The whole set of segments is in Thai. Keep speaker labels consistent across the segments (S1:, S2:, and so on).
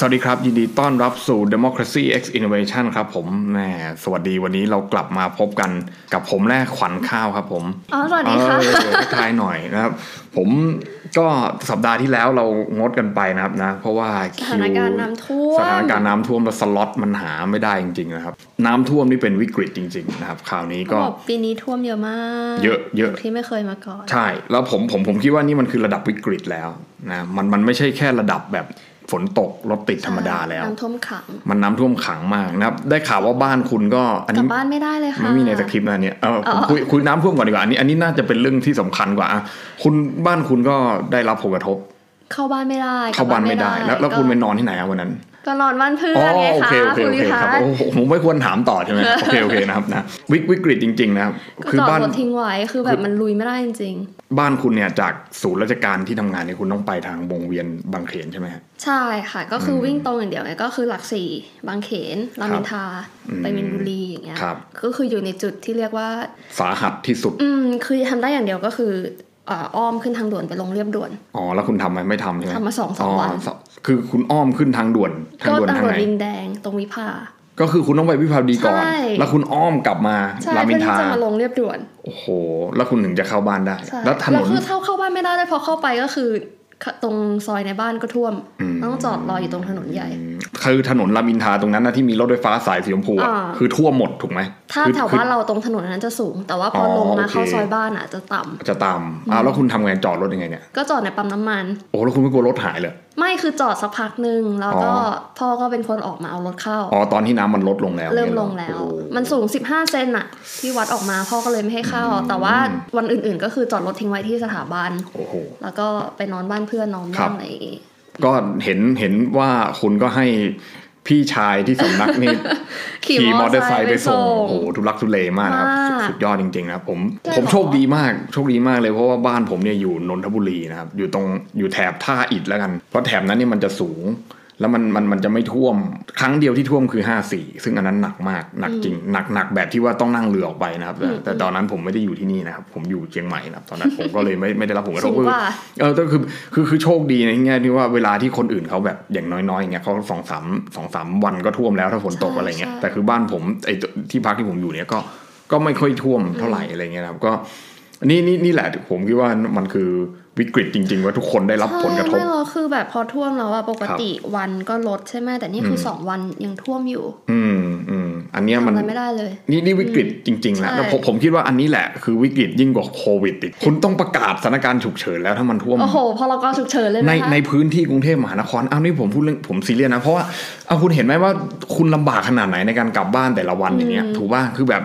S1: สวัสดีครับ ยินดีต้อนรับสู่ Democracy X Innovation ครับผมแหมสวัสดีวันนี้เรากลับมาพบกันกับผมแรกขวัญข้าวครับผม
S2: อ๋อสวัสดีค่ะ
S1: เออทักทายหน่อยนะครับ ผมก็สัปดาห์ที่แล้วเรางดกันไปนะครับนะ เพราะว่า
S2: ส
S1: คิ
S2: ถาน
S1: ว
S2: การณ์น้ำท่วม
S1: สถานการณ์น้ำท่วมและสล็อตมันหาไม่ได้จริงๆนะครับ น้ำท่วมนี่เป็นวิกฤตจริง ๆ นะครับ คราวนี้
S2: ก็
S1: ก็
S2: บอกปีนี้ท่วมเยอะมาก
S1: เยอะเยอะ
S2: ที่ไม่เคยมาก่อน
S1: ใช่ แล้วผมผมผมคิดว่านี่มันคือระดับวิกฤตแล้วนะมันมันไม่ใช่แค่ระดับแบบฝนตกรถติดธรรมดาแล้ว
S2: น้ำท่วมขัง
S1: มันน้ำท่วมขังมากนะครับ ได้ข่าวว่าบ้านคุณก็อัน
S2: กลั
S1: นี้
S2: บบ้านไม่ได้เลยค่ะ
S1: ไม่มีในสคริปต์นะอันเนี่ยเออ
S2: อ๋
S1: ผ
S2: อ
S1: มคุยคุยน้ำท่วมก่อนดีกว่าอันนี้อันนี้น่าจะเป็นเรื่องที่สำคัญกว่าอ่ะคุณบ้านคุณก็ได้รับผลกระทบ
S2: เข้าบ้านไม่ได้
S1: เข้าบ้านไม่ได้แล้วแล้ว
S2: ก็
S1: คุณไปนอนที่ไหนอะวันนั้น
S2: ก็นอนบ้านเพื่อ
S1: อ๋อน
S2: ไง
S1: โอ
S2: คะ
S1: เคโอเค
S2: คุ
S1: โอ
S2: ณลิ
S1: เค
S2: คะ
S1: ครับโอ้โหผมไม่ควรถามต่อใช่ไหมโอเคโอเคนะครับนะวิกวิกฤตจริง ๆ นะครับ
S2: ก็
S1: คือ
S2: จอด
S1: บ้าน
S2: รถทิ้งไว้คือแบบมันลุยไม่ได้จริง
S1: บ้านคุณเนี่ยจากศูนย์ราชการที่ทำงานเนี่ยคุณต้องไปทางวงเวียนบางเขนใช่ไหมฮะ
S2: ๆ ใช่ค่ะ ก็คืออ
S1: ม
S2: วิ่งตรงอย่างเดียวไงก็คือหลักสี่บางเขนรามอินทรา
S1: อืม
S2: ไปมินบุรีอย่างเงี้ย
S1: ครับ
S2: ก็คืออยู่ในจุดที่เรียกว่า
S1: สาหัสที่สุด
S2: อืมคือทำได้อย่างเดียวก็คือเอ่ออ้อมขึ้นทางด่วนไปลงเรียบด่วน
S1: อ๋อแล้วคุณทำไหมไม่ทำใช่ไหม
S2: ทำมาสองสามวัน
S1: อ๋อสคือคุณอ้อมขึ้นทางด่วนทาง
S2: ก็
S1: ด่วน
S2: ตำ
S1: ทาง
S2: รวจ
S1: ไหน
S2: ดินแดงตรงวิภา
S1: ก็คือคุณต้องไปวิภาวดีก่อน
S2: ใช่
S1: แล้วคุณอ้อมกลับมา
S2: ใช่
S1: รามอิ
S2: เพื่อน
S1: ท
S2: ที่
S1: รา
S2: จะมาลงเรียบด่วน
S1: โอ้โห แล้วคุณถึงจะเข้าบ้านได้
S2: ใช่
S1: แล้วถนน
S2: คือเข้าเข้าบ้านไม่ได้เลยพอเข้าไปก็คือตรงซอยในบ้านก็ท่วม
S1: อืม
S2: ต้องจอดรออยู่ตรงถนนใหญ่
S1: คือถนนรามอินทราตรงนั้นนะที่มีรถไฟฟ้าสายสีชมพูอะ
S2: อ่า
S1: คือทั่วมหมดถูกไหม
S2: ถ้า
S1: คือ
S2: แถว
S1: คือ
S2: บ้านเราตรงถนนนั้นจะสูง แต่ว่าพออ
S1: อ
S2: ลงมา
S1: โอเค
S2: เข้าซอยบ้านอ่ะจะต่ำ
S1: จะตามอ้าวแล้วคุณทำไงจอดรถยังไงเนี่ย
S2: ก็จอดในปั๊มน้ำมัน
S1: โอ้แล้วคุณไม่กลัวรถหายเลย
S2: ไม่คือจอดสักพักหนึ่งแล้วก็
S1: อ๋อ
S2: พ่อก็เป็นคนออกมาเอารถเข้า
S1: อ๋อตอนที่น้ำมันลดลงแล้ว
S2: เริ่ม
S1: นี่ยห
S2: ล
S1: อง
S2: แล้ว
S1: โอ้โห
S2: มันสูง 15 เซนอะที่วัดออกมาพ่อก็เลยไม่ให้เข้า แต่ว่า
S1: อืม
S2: วันอื่นๆ ก็คือจอดรถทิ้งไว้ที่สถาบัน
S1: โอ้โห
S2: แล้วก็ไปนอนบ้านเพื่อนนอน
S1: ครับ
S2: ้า
S1: บ
S2: งอะไรอย่างงี้
S1: ก็เห็นเห็นว่าคุณก็ให้พี่ชายที่สำนักนี่ ขี่มอเตอร์ไซค์ไปส่ง โอ้โหทุลักทุเลมากนะครับ
S2: มาก
S1: สุดยอดจริงๆนะครับผม
S2: ใช่หรอ
S1: ผมโชคดีมาก โชคดีมากเลยเพราะว่าบ้านผมเนี่ยอยู่นนทบุรีนะครับ อยู่ตรง อยู่แถบท่าอิฐแล้วกัน เพราะแถบนั้นเนี่ยมันจะสูง แล้วมันมันมันจะไม่ท่วม ครั้งเดียวที่ท่วมคือ 54 ซึ่งอันนั้นหนักมาก หนักจริง หนักหนักแบบที่ว่าต้องนั่งเรือออกไปนะครับ แต่แต่ตอนนั้นผมไม่ได้อยู่ที่นี่นะครับ ผมอยู่เชียงใหม่นะครับ ตอนนั้นผมก็เลยไม่ไม่ได้รับผลกระท
S2: สู
S1: บ
S2: ง
S1: ก็คื
S2: ก
S1: อ
S2: ว่า
S1: เออแต่คือคือคือโชคดีในแง่ที่ว่าเวลาที่คนอื่นเขาแบบอย่างน้อยๆอย่างเงี้ยเขาสองสามสองสามวันก็ท่วมแล้วถ้าฝนตก
S2: ใช่
S1: อะไรเงี้ย
S2: ใช่
S1: แต่คือบ้านผมไอ้ตัวที่พักที่ผมอยู่เนี่ยก็ก็ไม่ค่อยท่วมเท่าไหร่อะไรเงี้ยนะครับก็นี่นี่นี่แหละผมคิดว่ามันคือวิกฤตจริง ๆ ว่าทุกคนได้รับผลกระทบ
S2: ใช่ไม่หรอกคือแบบพอท่วมแล้วอะปกติวันก็ลดใช่ไหมแต่นี่คืออ
S1: ม
S2: สองวันยังท่วมอยู่
S1: อืมอืมอันเนี้ย
S2: ทำ
S1: มัน
S2: อะไรไม่ได้เลย
S1: นี่นี่วิกฤตจริงๆแหละ
S2: ใช่
S1: แล้วผมผมคิดว่าอันนี้แหละคือวิกฤตยิ่งกว่าโควิดอีกคุณต้องประกาศสถานการณ์ฉุกเฉินแล้วถ้ามันท่วม
S2: โอ้โหพอเราก็ฉุกเฉินเลย
S1: ใน
S2: นะคะ
S1: ในพื้นที่กรุงเทพมหานครอ้าวนี่ผมพูดเรื่องผมซีเรียสนะ เพราะว่าเอาคุณเห็นไหมว่าคุณลำบากขนาดไหนในการกลับบ้านแต่ละวันอย่างเงี้ยถูกป่ะคือแบบ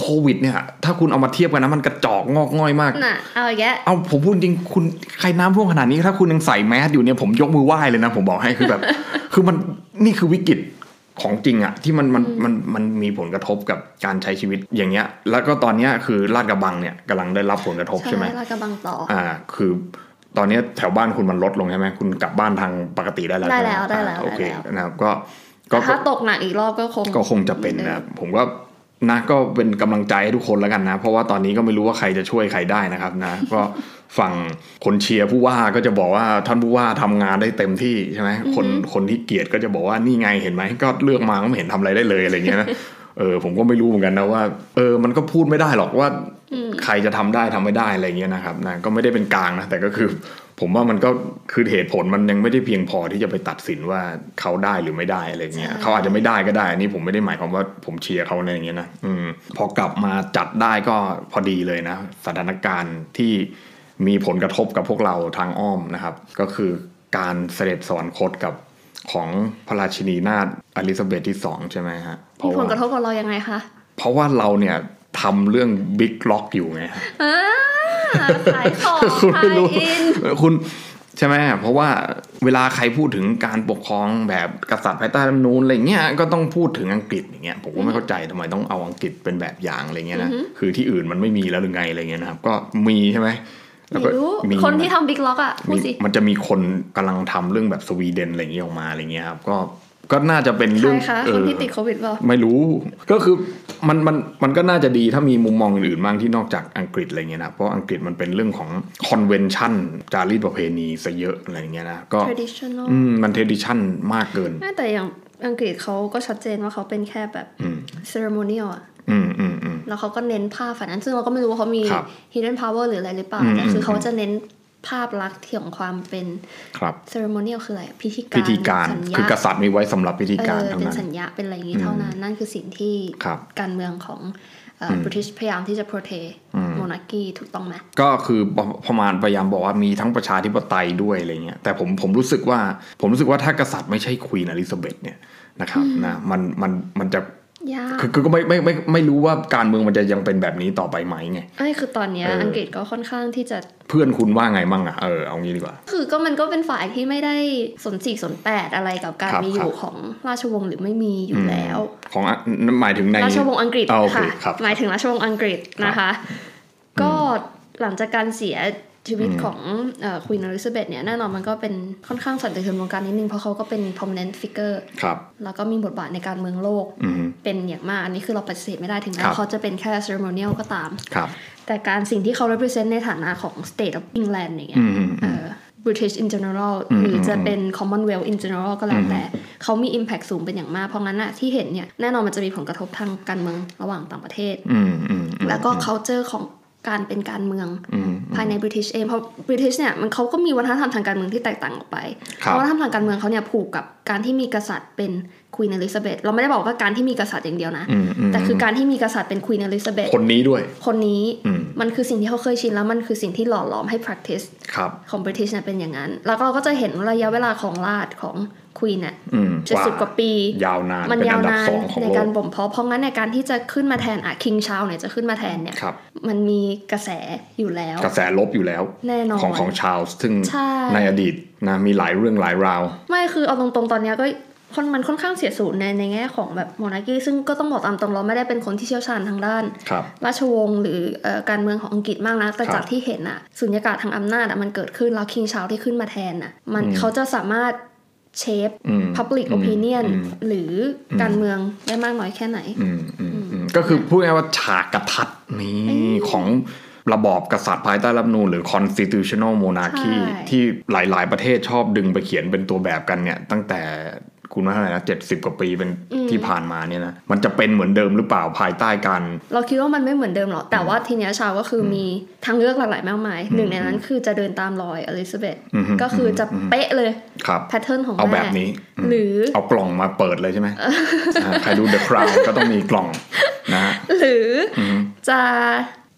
S1: โควิดเนี่ย ถ้าคุณเอามาเทียบกันนะมันกระจอกงอกง่อยมาก
S2: น่ะเอาอีกแยะ
S1: เอาผมพูดจริงคุณใครน้ำท่วมขนาดนี้ ถ้าคุณยังใส่แมสอยู่เนี่ยผมยกมือไหว้เลยนะ ผมบอกให้คือแบบ คือมันนี่คือวิกฤตของจริงอะที่มันมันมันมันมีผลกระทบกับการใช้ชีวิตอย่างเงี้ย แล้วก็ตอนเนี้ยคือลาดกระบังเนี่ยกำลังได้รับผลกระทบใช่ไหม
S2: ใช่ลาดกระบังต่อ
S1: อ่าคือตอนนี้แถวบ้านคุณมันลดลงใช่ไหมคุณกลับบ้านทางปกติได้แล้ว
S2: ได้
S1: ใช่หม
S2: แล้วได้แล้ว
S1: อ่าโอเค
S2: ได้แล้ว
S1: นะครับก็ก็
S2: แต่ถ้าตกหนักอีกรอบก็คง
S1: ก็คงจะเป็นนะครับผมก็นะก็เป็นกำลังใจให้ทุกคนแล้วกันนะ เพราะว่าตอนนี้ก็ไม่รู้ว่าใครจะช่วยใครได้นะครับนะ ก็ ฝั่งคนเชียร์ผู้ว่าก็จะบอกว่าท่านผู้ว่าทำงานได้เต็มที่ใช่ไหมคนคนที่เกลียดก็จะบอกว่านี่ไงเห็นไหมก็เลือกมาก็ไม่เห็นทำอะไรได้เลยอะไรเงี้ยนะ เออผมก็ไม่รู้เหมือนกันนะว่าเออมันก็พูดไม่ได้หรอกว่า
S2: อืม
S1: ใครจะทำได้ทำไม่ได้อะไรเงี้ยนะครับนะก็ไม่ได้เป็นกลางนะแต่ก็คือ ผมว่ามันก็คือเหตุผลมันยังไม่ได้เพียงพอที่จะไปตัดสินว่าเขาได้หรือไม่ได้อะไรเงี้ย
S2: ใช่
S1: เขาอาจจะไม่ได้ก็ได้อันนี้ผมไม่ได้หมายความว่าผมเชียร์เขาในอย่างเงี้ยนะอืมพอกลับมาจัดได้ก็พอดีเลยนะ สถานการณ์ที่มีผลกระทบกับพวกเราทางอ้อมนะครับ ก็คือการเสด็จสวรรคตกับของพระราชินีนาถอลิซาเบธที่สองใช่ไหมฮะเพ
S2: มี
S1: ราะ
S2: ผ
S1: ว่า
S2: ลกระทบกับเรายังไงคะ
S1: เพราะว่าเราเนี่ยทำเรื่องบิ๊กล็อกอยู่ไง
S2: อ่าขายของ
S1: คุณ
S2: ขาย
S1: ไม่รู้
S2: อิน
S1: เออคุณใช่ไหมเพราะว่าเวลาใครพูดถึงการปกครองแบบกษัตริย์ภายใต้รัฐธรรมนูญอะไรเงี้ยก็ต้องพูดถึงอังกฤษอย่างเงี้ยผมก็ไม่เข้าใจทำไมต้องเอาอังกฤษเป็นแบบอย่างอะไรเงี้ยนะ
S2: อือฮึ
S1: คือที่อื่นมันไม่มีแล้วหรือไงอะไรเงี้ยนะครับก็มีใช่ไหมแล้วก็
S2: ไม่รู้
S1: มี
S2: คนที่ทำบิ๊กล็อกอะพู
S1: มี
S2: ดสิ
S1: มันจะมีคนกำลังทำเรื่องแบบสวีเดนอะไรอย่างนี้ออกมาอะไรเงี้ยครับก็ ก็น่าจะเป็น
S2: ใค
S1: เรื่
S2: ร
S1: อง
S2: คะ
S1: เอ
S2: คน
S1: อ
S2: ที่ติดโควิดเปล่า
S1: ไม่รู้ ก็คือมันมันมันก็น่าจะดีถ้ามีมุมมองอื่นๆบ้างที่นอกจากอังกฤษอะไรเงี้ยนะเพราะอังกฤษมันเป็นเรื่องของ convention จารีตประเพณีซะเยอะอะไรเงี้ยนะก็
S2: traditional
S1: อืมมัน tradition มากเกิน
S2: ไม่แต่อย่างอังกฤษเขาก็ชัดเจนว่าเขาเป็นแค่แบบ
S1: อืม
S2: ceremonial อะ
S1: อืมอืมอืม
S2: แล้วเขาก็เน้นภาพฝันนั้น ซึ่งเราก็ไม่รู้ว่าเขามี
S1: ครับ
S2: hidden power หรืออะไรหรือเปล่า
S1: อืม
S2: แต่คือ
S1: ม
S2: อเขาจะเน้นภาพลักษณ์ที่ของความเป็น
S1: ครับ
S2: ceremonial คืออะไร พิธีการ
S1: พิธีการ
S2: สัญญา
S1: คือกษัตริย์มีไว้สำหรับพิธีการ
S2: เออ
S1: เท่า
S2: เป็น
S1: นั้น
S2: สัญญาเป็นอะไรอย่างนี้
S1: อืม
S2: เท่านั้น นั่นคือสิ่งที่
S1: ครับ
S2: การเมืองของเอ่ออ
S1: ม
S2: บริติชพยายามที่จะ protect
S1: อืม
S2: monarchy ถูกต้องไหม
S1: ก็คือประมาณพยายามบอกว่ามีทั้งประชาธิปไตยด้วยอะไรเงี้ยแต่ผมผมรู้สึกว่าผมรู้สึกว่าถ้ากษัตริย์ไม่ใช่ควีนอลิซาเบธเนี่ยนะครับนะมันมันมันจะ
S2: ยาก
S1: คือคือก็ไม่ไม่ไม่ไม่รู้ว่าการเมืองมันจะยังเป็นแบบนี้ต่อไปไหมไง
S2: ไอ้ยคือตอนเนี้ย
S1: เอออั
S2: อังกฤษก็ค่อนข้างที่จะ
S1: เพื่อนคุณว่าไงมั่งอ่ะเออเอางี้ดีกว่า
S2: คือก็มันก็เป็นฝ่ายที่ไม่ได้สนสี่สนแปดอะไรกับการ
S1: ครับ
S2: มีอ
S1: ครั
S2: ยู่
S1: บ
S2: ของราชวงศ์หรือไม่มีอ
S1: อื
S2: ยู่
S1: ม
S2: แล้ว
S1: ของอ่ะหมายถึงใน
S2: ราชวงศ์อังกฤษ
S1: อ่าโอเค
S2: ค่ะ
S1: ครับ
S2: หมายถึงราชวงศ์อังกฤษนะคะ ก็หลังจากการเสียชีวิตของควีนอลิซาเบธเนี่ยแน่นอนมันก็เป็นค่อนข้างสั่นสะเทือนวงการนิดนึง เพราะเขาก็เป็น prominent figure
S1: ครับ
S2: แล้วก็มีบทบาทในการเมืองโลก
S1: อืม
S2: เป็นอย่างมาก อันนี้คือเราปฏิเสธไม่ได้ถึงแม้
S1: ครับ
S2: เขาจะเป็นแค่ ceremonial ก็ตาม
S1: ครับ
S2: แต่การสิ่งที่เขา represent ในฐานะของ state of England อย่างเงี้
S1: อื
S2: ย
S1: มอืม
S2: เอ่
S1: อืม
S2: อ British in general
S1: อืม
S2: หรือจะ
S1: อืม
S2: เป็น Commonwealth in general ก็แล้
S1: อื
S2: ว
S1: ม
S2: แต่เขามี impact สูงเป็นอย่างมาก เพราะงั้นอะที่เห็นเนี่ยแน่นอนมันจะมีผลกระทบทางการเมืองระหว่างต่างประเทศ
S1: อืมอืมอืม
S2: แล้วก็ culture ของการเป็นการเมือง
S1: อืม
S2: ภายใน British เองเพราะ British เนี่ยมันเขาก็มีวัฒนธรรมทางการเมืองที่แตกต่างออกไป
S1: ครับ
S2: เพราะวัฒนธรรมทางการเมืองเขาเนี่ยผูกกับการที่มีกษัตริย์เป็น Queen Elizabeth เราไม่ได้บอกว่าการที่มีกษัตริย์อย่างเดียวนะ
S1: อืมม
S2: แต่คือการที่มีกษัตริย์เป็น Queen Elizabeth
S1: คนนี้ด้วย
S2: คนนี้
S1: อืม
S2: มันคือสิ่งที่เขาเคยชินแล้วมันคือสิ่งที่หล่อหลอมให้ practice
S1: ครับ
S2: ของ British นะเป็นอย่างนั้น แล้วก็เราก็จะเห็นระยะเวลาของราชของ Queen น่ะ
S1: อืม
S2: เจ็ดสิบกว่าปี
S1: ยาวนาน
S2: มัน
S1: เป็
S2: ยาว
S1: อัดับ
S2: นาน
S1: สองของ
S2: ใน
S1: โล
S2: การ
S1: ก
S2: บ่มเพาะเพราะงั้นในการที่จะขึ้นมาแทนอ่ะ King Charles เนี่ยจะขึ้นมาแทนเนี่ย
S1: ครับ
S2: มันมีกระแสอยู่แล้ว
S1: กระแสลบอยู่แล้ว
S2: แน่นอน
S1: ของของชาลส์ซึ่ง
S2: ใช่
S1: ในอดีตนะมีหลายเรื่องหลายราว
S2: ไม่คือเอาตรงๆตอนเนี้ยก็ค่อนมันค่อนข้างเสียสูญในในแง่ของแบบมอนาคีซึ่งก็ต้องบอกตามตรงเราไม่ได้เป็นคนที่เชี่ยวชาญทางด้าน
S1: ครับ
S2: ราชวงศ์หรือเอ่อการเมืองของอังกฤษมากนะแต่
S1: ครับ
S2: จากที่เห็นอะสุญญากาศทางอำนาจอะมันเกิดขึ้น แล้วคิงชา s ที่ขึ้นมาแทนอะมัน
S1: อืม
S2: เขาจะสามารถเชฟ
S1: อืม
S2: public
S1: อืม
S2: opinion
S1: อืม
S2: หรืออ
S1: ม
S2: การเมืองได้มากน้อยแค่ไหน
S1: อืมอืมอืมก็คือพูดง่ายๆว่าฉากกระทัดนี้
S2: เอ้ย
S1: ของระบอบกษัตริย์ภายใต้รัฐธรรมนูญหรือ constitutional monarchy
S2: ใช่
S1: ที่หลายๆ ประเทศชอบดึงไปเขียนเป็นตัวแบบกันเนี่ย ตั้งแต่คุณว่าเท่าไหร่นะเจ็ดสิบกว่าปีเป็นที่ผ่านมาเนี่ยนะมันจะเป็นเหมือนเดิมหรือเปล่าภายใต้การ
S2: เราคิดว่ามันไม่เหมือนเดิมหรอกแต่ว่าทีเนี้ยชาวก็คืออมีทางเลือกหลากหลายมากมาย หนึ่งในนั้นคือจะเดินตามรอยอลิซาเบธ
S1: อืม
S2: ก็คือจะ
S1: อืม
S2: เป๊ะเลย
S1: ครับ
S2: แพทเทิร์นของ
S1: เอาแบ
S2: แม่
S1: บนี้อืม
S2: หรือ
S1: เอากล่องมาเปิดเลยใช่ไหมอ่าใครดู The Crown ก็ต้องมีกล่องนะฮะ
S2: หรือ
S1: อืม
S2: จะ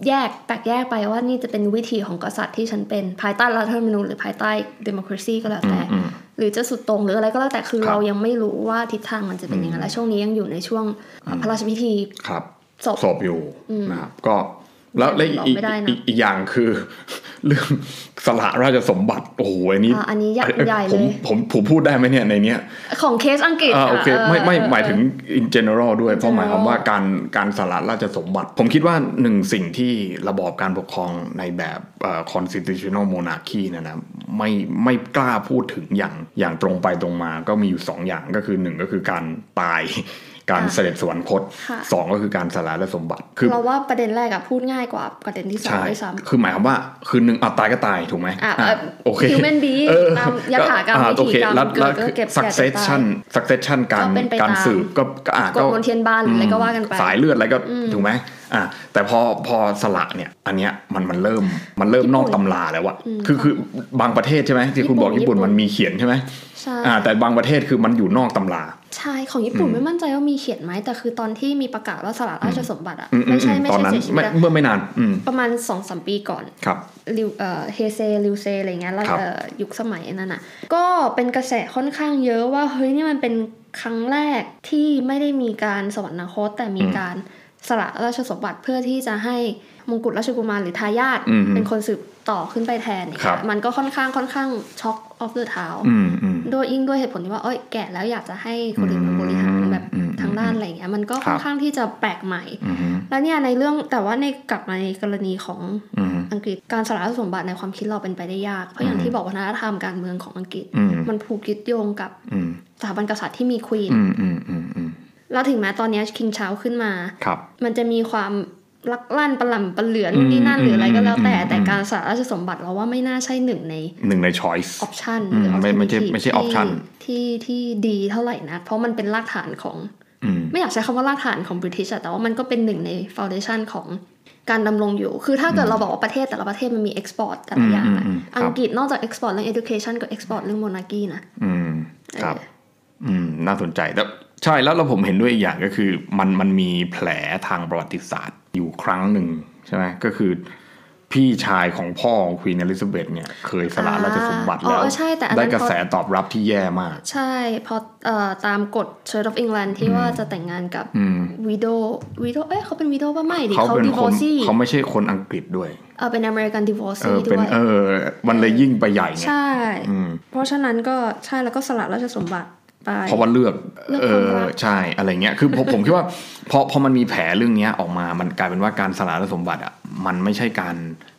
S2: แยกแตกแยกไปว่านี่จะเป็นวิธีของกษัตริย์ที่ฉันเป็นภายใต้รัฐธรรมนูญหรือภายใต้ดิโมคราซีก็แล้วแต่
S1: อืม
S2: หรือจะสุดตรงหรืออะไรก็แล้วแต่คือ
S1: ครับ
S2: เรายังไม่รู้ว่าทิศทางมันจะเป็นยังไงและช่วงนี้ยังอยู่ในช่วงเอ่ออพระราชพิธี
S1: ครับ
S2: ศพ
S1: สอบอยู่
S2: อืม
S1: นะครับก็แล้วและอีก
S2: บอก
S1: อีก
S2: ไม่ได้นะ
S1: อีกอีกอย่างคือ เรื่องสละราชสมบัติโอ้โหอันนี้
S2: อ่าอันนี้ยักษ์ใหญ่
S1: ผ
S2: เล
S1: ม
S2: ย
S1: ผมผมพูดได้ไหมเนี่ยในเนี้ย
S2: ของเคสอังกฤษ
S1: อ่าโอเค
S2: ะ
S1: ไม่ไม่
S2: เออ
S1: หมายถึง in general ด้วย
S2: in
S1: เพราะหมายความ
S2: general
S1: ว่าการการสละราชสมบัติ ผมคิดว่าหนึ่งสิ่งที่ระบอบการปกครองในแบบเอ่อ constitutional monarchy เนะนะไม่ไม่กล้าพูดถึงอย่างอย่างตรงไปตรงมาก็มีอยู่สองอย่างก็คือหนึ่งก็คือการตายการ
S2: ค่ะ
S1: เสด็จสวรรคต
S2: ค่ะ
S1: สองก็คือการสละราชสมบัติคือ
S2: เราว่าประเด็นแรกอะพูดง่ายกว่าประเด็นที่สอง
S1: ใช่
S2: ด้วยซ้ำ
S1: คือหมายความว่าคือหนึ่งเอาตายก็ตายถูกไหม
S2: อ่ะ
S1: ะ
S2: เอ่อ
S1: โอเค
S2: human being
S1: เออ
S2: ตามยถากรรม
S1: อ่ะ
S2: วิถี
S1: โอเค
S2: กรรม
S1: แล้ว
S2: เกิด
S1: แล้ว
S2: ก็เก็บแก่เจ็บตาย
S1: succession succession การ
S2: ก็เป็นไป
S1: การ
S2: ตาม
S1: สืบก็ก็อ่ะ
S2: กฎมนเทียนบานหรืออะไรก็ว่ากันไป
S1: สายเลือดอะไรก็ถูกไหมอ่ะแต่พอพอสละเนี่ย อันเนี้ยมันมันเริ่มมันเริ่มนอกตำราแล้วอะคือคือบางประเทศใช่ไหมที่คุณบอกญี่ปุ่นมันมีเขียนใช่ไหม
S2: ใช่
S1: อ่ะแต่บางประเทศคือมันอยู่นอกตำรา
S2: ใช่ของญี่ปุ่นไม่มั่นใจว่ามีเขียนไหมแต่คือตอนที่มีประกาศว่าสละราชสมบัติอะ
S1: อืมอื
S2: ไม่
S1: มอื
S2: ใช่
S1: ม
S2: ไม่
S1: ตอน
S2: ใช่
S1: นั้น
S2: เสียชีวิ
S1: ไม่
S2: ตอะ
S1: เมื่อไม่นาน อืม
S2: ประมาณสองสามปีก่อน
S1: ครับ
S2: ลิวเอ่อเฮเซลิวเซอะไรเงี้ยแล้ว
S1: ครับ
S2: เอ่อยุคสมัยนั้นน่ะก็เป็นกระแสค่อนข้างเยอะว่าเฮ้ยนี่มันเป็นครั้งแรกที่ไม่ได้มีการสวรรคตแต่มี
S1: อืม
S2: การสละราชสมบัติเพื่อที่จะให้มงกุฎราชกุมารหรือทายาท
S1: อืม
S2: เป็นคนสืบต่อขึ้นไปแทนเนี่ย
S1: ครับ
S2: มันก็ค่อนข้างค่อนข้างช็อกออฟเดอะเท้า
S1: อืมอืม
S2: โดยยิ่งด้วยเหตุผลที่ว่าเอ้ยแก่แล้วอยากจะให้คนอื่นมาบริหารแบบ
S1: อืม
S2: ทางด้านอะไรเงี้ยมันก็
S1: ค
S2: ค่อ
S1: รั
S2: น
S1: บ
S2: ข้างที่จะแปลกใหม่
S1: อืม
S2: แล้วเนี่ยในเรื่องแต่ว่าในกลับมาในกรณีของ
S1: อืม
S2: อังกฤษการสละราชสมบัติในความคิดเราเป็นไปได้ยาก เพราะอย่างที่บอกวัฒนธรรมการเมืองของอังกฤษ
S1: อืม
S2: มันผูกยึดโยงกับ
S1: อืม
S2: สถาบันกษัตริย์ที่มีควีน
S1: อืมอืมอืมอืม
S2: แล้วถึงแม้ตอนเนี้คิงชา s ขึ้นมา
S1: ครับ
S2: มันจะมีความลักลั่นประหล่ำประเหลือนู่นนี่นั่นหรืออะไรก็แล้วแต่
S1: อืม
S2: แต่การสละราชสมบัติเราว่าไม่น่าใช่หนึ่งใน
S1: หนึ่งใน choice
S2: ออปชัน
S1: อืมไม่ไม่ใช่ไม่ใช่ option
S2: ที่ที่ดีเท่าไหร่นะ เพราะมันเป็นรากฐานของ
S1: อืม
S2: ไม่อยากใช้คำว่ารากฐานของบริทิชแต่ว่ามันก็เป็นหนึ่งในฟ u n เดชันของการดำรงอยู่ คือถ้าเกิดเราบอกว่าประเทศแต่ละประเทศมันมีเอ็กซ์พอร์ตแต่ละอย่างอะ
S1: อืมอืมอืมครับ
S2: อังกฤษนอกจากเอ็กซ์พอร์ตเรื่อง education ก็เอ็กซ์พอร์ตเรื่อง monarchy นะ
S1: อืมครับ
S2: เออ
S1: อืม น่าสนใจแต่ใช่แล้วแล้วผมเห็นด้วยอีกอย่างก็คือ มันมันมีแผลทางประวัติศาสตร์อยู่ครั้งหนึ่งใช่ไหมก็คือ พี่ชายของพ่อของควีนอลิซาเบธเนี่ย เคยสละราชสมบัติ
S2: อ๋อ
S1: แล้ว
S2: เออใช่ แต่อัน
S1: ได้
S2: นั้น
S1: กระ
S2: พอ
S1: แสตอบรับที่แย่มาก
S2: ใช่เพอเอ่อตามกฎ Church of England ที่ว่าจะแต่งงานกับ
S1: อืม
S2: วีโดวีโดเอ้ยเขาเป็นวีโดป่ะไม่ดิ
S1: เขา
S2: เขา
S1: เป็น
S2: ดี
S1: ค
S2: โวน ซี่
S1: เขาไม่ใช่คนอังกฤษด้วย
S2: เออเป็นอเมริกันดีโว
S1: เอ
S2: ซี่
S1: อ
S2: ด้
S1: เป็น
S2: วย
S1: เออ มันเลยยิ่งไปใหญ่ไง
S2: ใช่
S1: อืม
S2: เพราะฉะนั้นก็ใช่แล้วก็สละราชสมบัติไป
S1: เพราะว่าเลือก
S2: เลือก
S1: เอ
S2: ความ
S1: อ
S2: รัก
S1: ใช่อะไรเงี้ยคือผม ผมคิดว่าพอพอมันมีแผลเรื่องเนี้ยออกมามันกลายเป็นว่าการสละและสมบัติอ่ะมันไม่ใช่การ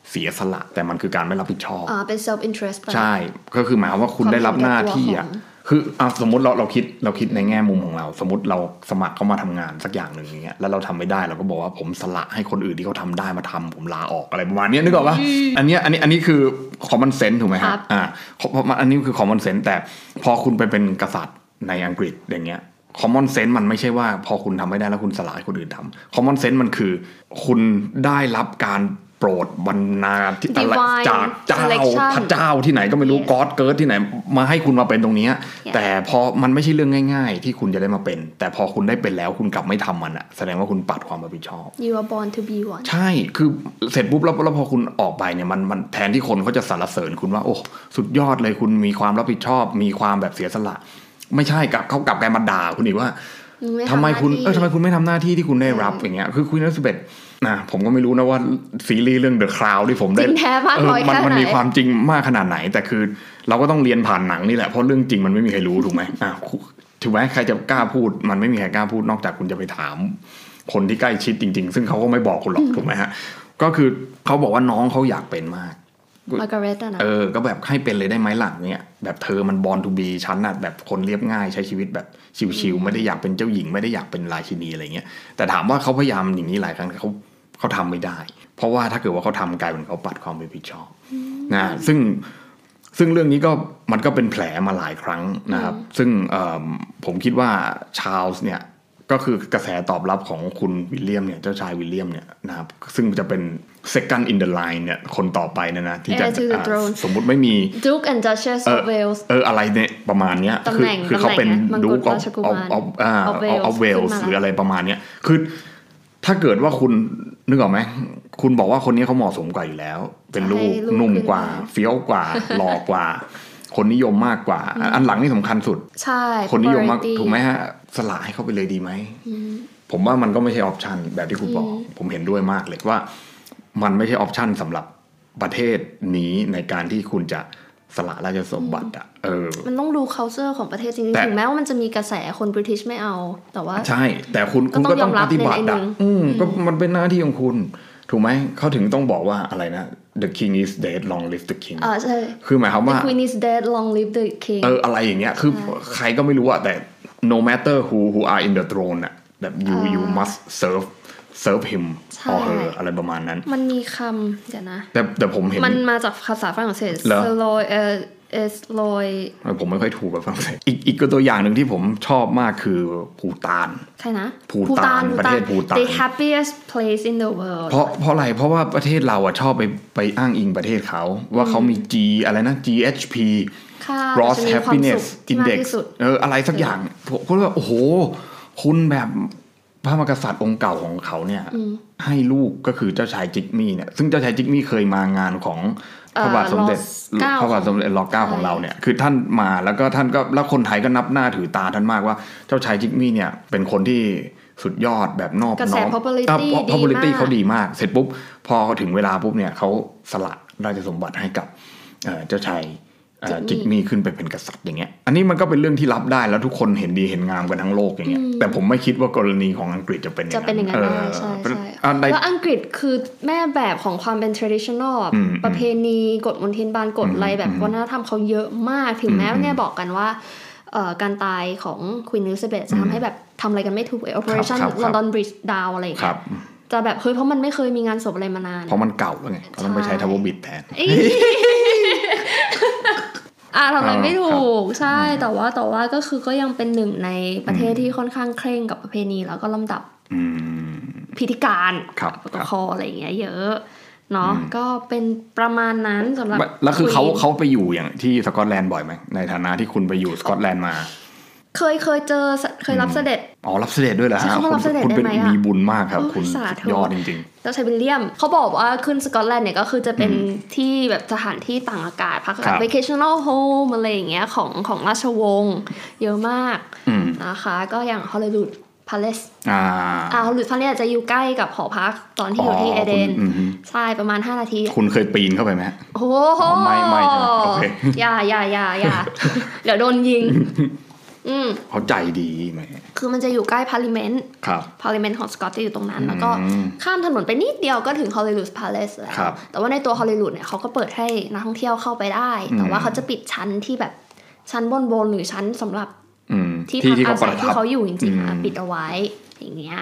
S1: เสียสละ แต่มันคือการไม่รับผิดชอบ
S2: อ่าเป็น self interest ไป
S1: ใช่ก็คือหมายความว่าคุณ
S2: ความ
S1: ได้รับหน้าที่อ่ะ
S2: เห็นแก่ตัวข
S1: คือเอาสมมติเราเราคิดเราคิดในแง่มุมของเรา สมมติเราสมัครเข้ามาทำงานสักอย่างหนึ่งอย่างเงี้ยแล้วเราทำไม่ได้เราก็บอกว่าผมสละให้คนอื่นที่เขาทำได้มาทำผมลาออกอะไรประมาณเนี้ยนึกออกปะอันเนี้ยอันนี้อันนี้คือ common sense ถูกไหม
S2: ค
S1: ฮะ
S2: รับ
S1: อ่าเพราะมันอันนี้คือ common sense แต่พอคุณไปเป็นกษัตริย์ในอังกฤษอย่างเงี้ย common sense มันไม่ใช่ว่าพอคุณทำไม่ได้แล้วคุณสละให้คนอื่นทำ common sense มันคือ คุณได้รับการโปรดบรรณาธิอะไร
S2: Divine
S1: จากเจ้า
S2: selection
S1: พระเจ้า เจ้าที่ไหนก็ไม่รู้
S2: Yes.
S1: กอดเกิร์ดที่ไหนมาให้คุณมาเป็นตรงเนี้ย
S2: Yes.
S1: แต่พอมันไม่ใช่เรื่องง่าย ๆ ที่คุณจะได้มาเป็น แต่พอคุณได้เป็นแล้วคุณกลับไม่ทำมันอะแสดงว่าคุณปัดความรับผิดชอบ
S2: you are born to be one
S1: ใช่คือเสร็จปุ๊บแล้วแล้วพอคุณออกไปเนี่ยมันมันแทนที่คนเขาจะสรรเสริญคุณว่า โอ้สุดยอดเลยคุณมีความรับผิดชอบ มีความแบบเสียสละ ไม่ใช่กลับเขากลับกลายมาด่าคุณอีกว่า
S2: ง
S1: ทำไมคุณ
S2: หน้า
S1: เออทำไมคุณไม่ทำหน้าที่ที่คุณได้รับ
S2: เออ
S1: อ
S2: อ
S1: ย่างเงี้ยคือคุณนัสเบตนะผมก็ไม่รู้นะว่าซีรีส์เรื่อง The Crown ที่ผม
S2: จ
S1: ได้
S2: ริงแท้มาก
S1: เออ
S2: น้อย
S1: มัน
S2: แค่
S1: มัน
S2: ไหน
S1: มีความจริงมากขนาดไหน แต่คือเราก็ต้องเรียนผ่านหนังนี่แหละเพราะเรื่องจริงมันไม่มีใครรู้ถูกไหมอ่ะถูกไหมใครจะกล้าพูด มันไม่มีใครกล้าพูดนอกจากคุณจะไปถาม คนที่ใกล้ชิดจริง ๆ ซึ่งเขาก็ไม่บอกคุณหรอกถูกไหมฮะก็คือเขาบอกว่าน้องเขาอยากเป็นมาก
S2: มาร์กาเร็ตอะนะ
S1: เออ ก็แบบให้เป็นเลยได้ไหมหลังเนี่ย แบบเธอมันบอลทูบีชั้นน่ะแบบคนเรียบง่ายใช้ชีวิตแบบชิวๆไม่ได้อยากเป็นเจ้าหญิงไม่ได้อยากเป็นราชินีอะไรเงี้ย แต่ถามว่าเขาพยายามอย่างนี้หลายครั้งเขาเขาทำไม่ได้ เพราะว่าถ้าเกิดว่าเขาทำกลายเป็นเขาปัดความรับผิดชอบนะซึ่งซึ่งเรื่องนี้ก็มันก็เป็นแผลมาหลายครั้งนะครับ ซึ่งเอิ่มผมคิดว่าชาลส์เนี่ย ก็คือกระแสตอบรับของคุณวิลเลียมเนี่ยเจ้าชายวิลเลียมเนี่ยนะครับซึ่งจะเป็น second in the line เนี่ยคนต่อไปเนี่ยนะที่จะ
S2: Heir to the
S1: อ่า
S2: throne
S1: สมมุติไม่มี
S2: Duke and Duchess
S1: เอ
S2: of
S1: อ
S2: Wales
S1: เอออะไรเนี่ยประมาณเนี้ย
S2: ตำ
S1: คื
S2: แหน่ง
S1: คืเขาเป็น
S2: ตำแหน่งนะมังก
S1: ดูอ
S2: ร
S1: อ
S2: ราชกุ
S1: อ
S2: มาร
S1: ออ่าอ
S2: of Wales
S1: อฟเวลห
S2: ขึ้นมาละ
S1: รืออะไรประมาณเนี้ยคือถ้าเกิดว่าคุณนึกออกไหมคุณบอกว่าคนนี้เขาเหมาะสมกว่าอยู่แล้ว เป็นลูก
S2: ให้ลูก
S1: หนุ่ม
S2: ขึ้น
S1: กว่า
S2: มา
S1: เฟี้ยวกว่า หล่อกว่า คนนิยมมากกว่า อันหลังนี่สำคัญสุด
S2: ใช่
S1: คนนิยมมาก
S2: popularity
S1: ถูกไหมฮะ สลายเข้าไปเลยดีไหม
S2: อืม
S1: ผมว่ามันก็ไม่ใช่ออปชันแบบที่คุณบอก ผมเห็นด้วยมากเลยว่า มันไม่ใช่ออปชันสำหรับประเทศนี้ในการที่คุณจะสละราชสมบัติอ่ะเออ
S2: มันต้องดู culture ของประเทศจริง
S1: แต่
S2: ๆ ถึงแม้ว่ามันจะมีกระแสคนบริทิชไม่เอา แต่ว่า
S1: ใช่ แต่คุณ
S2: ก็
S1: คุณ
S2: ต้อง
S1: ก็ต้อง
S2: ยอมรั
S1: ป
S2: บ
S1: ฏิบัติ
S2: ในในหนึ่
S1: อ่ะ
S2: ง
S1: อืมก็มันเป็นหน้าที่ของคุณ ถูกไหม เขาถึงต้องบอกว่าอะไรนะ the king is dead long live the king
S2: อ่าใช่
S1: คือหมายความ
S2: The
S1: ว่า
S2: Queen is dead long live the King
S1: เอออะไรอย่างเงี้ย คือใครก็ไม่รู้อะแต่ no matter who who are in the throne อะแบบ you you must serve serve him
S2: ใช่
S1: or her อะไรประมาณนั้น
S2: มันมีคำเดี๋ยวนะ
S1: แต่แต่ผมเห็น
S2: มันมาจากภาษาฝรั่งเศส
S1: เหรอ
S2: สโลยเออเอสโลย
S1: ผมไม่ค่อยถูกกับฝรั่งเศสอีกอีกตัวอย่างหนึ่งที่ผมชอบมากคือภูตาน
S2: ใครนะ
S1: ภูฏานประเทศภูฏาน
S2: The happiest place in the world
S1: เพราะเพราะอะไร เพราะว่าประเทศเราอะชอบไปไปอ้างอิงประเทศเขา ว่าเขามี G อะไรนะ GHP
S2: ค่า
S1: Gross
S2: จะมีความสุ
S1: Happiness
S2: ขที่มาก
S1: Index
S2: ที่สุด
S1: เอออะไรสักอย่างผมผมว่าโอ้โห คุณแบบพระมหากษัตริย์องค์เก่าของเขาเนี่ย ให้ลูกก็คือเจ้าชายจิกมี่เนี่ย ซึ่งเจ้าชายจิกมี่เคยมางานของ
S2: เอ่
S1: พ
S2: อ
S1: ระบาทสมเด็จ
S2: รอเก้า
S1: พระบาทสมเด็จรอเก้าของเราเนี่ย คือท่านมาแล้วก็ท่านก็แล้วคนไทยก็นับหน้าถือตาท่านมากว่าเจ้าชายจิกมี่เนี่ย เป็นคนที่สุดยอดแบบนอบ
S2: กระแส
S1: น้อม
S2: popularity
S1: อ่ะเพราะ
S2: ดีมาก
S1: popularity เขาดีมาก เสร็จปุ๊บ พอถึงเวลาปุ๊บเนี่ยเขาสละราชสมบัติให้กับเอ่อเจ้าชาย อ่าจิกมี่ขึ้นไปเป็นกษัตริย์อย่างเงี้ย อันนี้มันก็เป็นเรื่องที่รับได้แล้วทุกคนเห็นดีเห็นงามกันทั้งโลกอย่างเงี้ย
S2: อืม
S1: แต่ผมไม่คิดว่ากรณีของอังกฤษจะเป็น
S2: จะเป็นอย่างนั้นได้ใช่
S1: เออ
S2: ใช่
S1: อ่ะใน
S2: แล้วอังกฤษคือแม่แบบของความเป็น traditional อะ
S1: อืม
S2: ประเพณีกฎมนเทียนบานกฎอะไรแบบวัฒนธรรมเขาเยอะมาก ถึงแม้ว่าเนี่ยบอกกันว่าเอ่อการตายของค e ีน e ลิซาเบธจะทำให้แบบทำอะไรกันไม่ถูก operation
S1: ครับครับ
S2: London Bridge Down อะไรอย่าง
S1: ครั
S2: เงี้
S1: บ
S2: ยจะแบบเฮ้ยเพราะมันไม่เคยมีงานศพอะไรมานาน
S1: เพราะมันเก่าแล้วไงก็ต้องไปใช้
S2: ใช่
S1: ทาวเวอร์บิดแทน
S2: เอ้ยอ่ะทำอะไรไม่ถูกใช่แต่ว่าแต่ว่าก็คือก็ยังเป็นหนึ่งในประเทศที่ค่อนข้างเคร่งกับประเพณีแล้วก็ลำดับ
S1: อืม
S2: พิธีการ
S1: ครับ
S2: ปกครองอะไรอย่างเงี้ยเยอะเนาะก็เป็นประมาณนั้นสำหรับ
S1: แล้วคือเขา
S2: ณ
S1: เขาไปอยู่อย่างที่สกอตแลนด์บ่อยไหมในฐานะที่คุณไปอยู่สกอตแลนด์มา
S2: เคยเคยเจอเคยรับเสด็จ
S1: อ๋อ รับเสด็จด้วยเหรอ
S2: ใช่
S1: ฮะ
S2: เขารับเสด็จ
S1: คุณเป็น
S2: ได้ไหมอะ
S1: มีบุญมากครับ
S2: โอ้ย
S1: คุณ
S2: สาธุ
S1: ยอดจริง
S2: เจ้าชายวิลเลียมเขาบอกว่าขึ้นสกอตแลนด์เนี่ยก็คือจะเป็นที่แบบสถานที่ต่างอากาศพักอา
S1: ครั
S2: กาศ
S1: บ
S2: vacational home อะไรอย่างเงี้ยของของราชวงศ์เยอะมาก
S1: ๆ อืม
S2: นะคะ ก็อย่างฮอลลีวูดพาเลส
S1: อ่า
S2: อ่าฮอลลีวูดพาเลสจะอยู่ใกล้กับหอพักตอนที่อยู่ที่เอเดน
S1: คุณม
S2: ใช่ประมาณ 5 นาที
S1: คุณเคยปีนเข้าไปไหมฮะ
S2: โอ้โห
S1: อ๋อไม่ไม่ใช่ไหมโอเค
S2: อย่าอย่าอย่าอย่า เดี๋ยวโดน ยิง อืม
S1: เขาใจดีไหม
S2: คือมันจะอยู่ใกล้พาร์ลิเมนต์
S1: ครับ
S2: พาร์ลิเมนต์ของสกอตจะอยู่ตรงนั้น แล้วก็
S1: อืม
S2: ข้ามถนนไปนิดเดียวก็ถึงฮอลลีวูดพาเลสแล้ว
S1: ครับ
S2: แต่ว่าในตัวฮอลลีวูดเนี่ยเขาก็เปิดให้นักท่องเที่ยวเข้าไปได้
S1: อืม
S2: แต่ว่าเขาจะปิดชั้นที่แบบชั้นบนบนๆหรือชั้นสำหรับ
S1: อืม
S2: ที่พัก
S1: ที่
S2: อา
S1: เขาป
S2: ศัย
S1: ระ
S2: ที่
S1: ทับ
S2: เขาอยู่จริงๆอะ
S1: อืม
S2: ปิดเอาไว้อย่างเงี้ย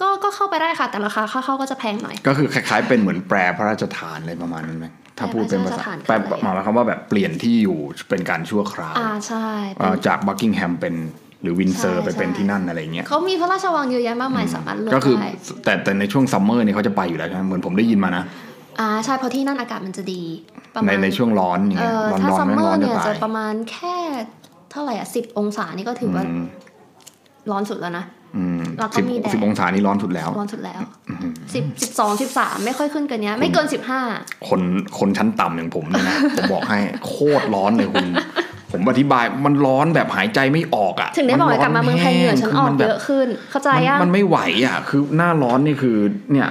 S2: ก็ก็เข้าไปได้ค่ะ แต่ราคาค่าเข้าก็จะแพงหน่อย
S1: ก็คือคล้ายๆเป็นเหมือนแปรพระราชทานอะไรประมาณนั้นไหมถ้าพูดเป็นภาษา
S2: แป
S1: แปล
S2: ลพระ
S1: ห
S2: ราชทานคืออะไร
S1: มายความว่าแบบเปลี่ยนที่อยู่เป็นการชั่วคราว
S2: อ่าใช่เป็น
S1: เอ่อจากบักกิงแฮมเป็นหรือวินเซอร์
S2: ใช่
S1: ไปเป็น
S2: ใช่
S1: ที่นั่นอะไรอย่างเงี้ย
S2: เขามีพระราชวังเยอะแยะมากมายสามารถเลือก
S1: ก็คือ
S2: ได้
S1: แต่แต่ในช่วงซัมเมอร์เนี่ยเขาจะไปอยู่แล้วใช่ไหมเหมือนผมได้ยินมานะ
S2: อ่าใช่เพราะที่นั่นอากาศมันจะดีประ
S1: ใน
S2: มาณ
S1: ในช่วงร้อนอย่าง
S2: เอ
S1: เงี้ย
S2: อ
S1: ร้อน
S2: ถ้า
S1: ร้อ
S2: ซั
S1: น
S2: ม
S1: ไม่
S2: เมอ
S1: ร้อน
S2: ร์
S1: จะ
S2: เนี่ย
S1: ตา
S2: จะ
S1: ย
S2: ประมาณแค่เท่าไหร่อ่ะสิบองศานี่ก็ถือว่า
S1: อืม
S2: ร้อนสุดแล้วนะ
S1: อืม
S2: แล้วก็
S1: สิบ
S2: มีแดด
S1: สิบองศานี่ร้อนสุดแล้ว
S2: ร้อนสุดแล้วสิบสิบสองสิบสามไม่ค่อยขึ้นกันเนี้ย ไม่เกินสิบห้า
S1: คนคนชั้นต่ำอย่างผมเนี่ยนะ ผมบอกให้โคตรร้อนเลยคุณ ผมอธิบายมันร้อนแบบหายใจไม่ออกอ่ะ
S2: ถึงได้บอกไงกลับมาเมืองไทยเหงื่อฉันออกเยอะขึ้น เข้าใจ
S1: มัน
S2: ยัง
S1: มันไม่ไหวอ่ะ คือหน้าร้อนนี่คือเนี่ย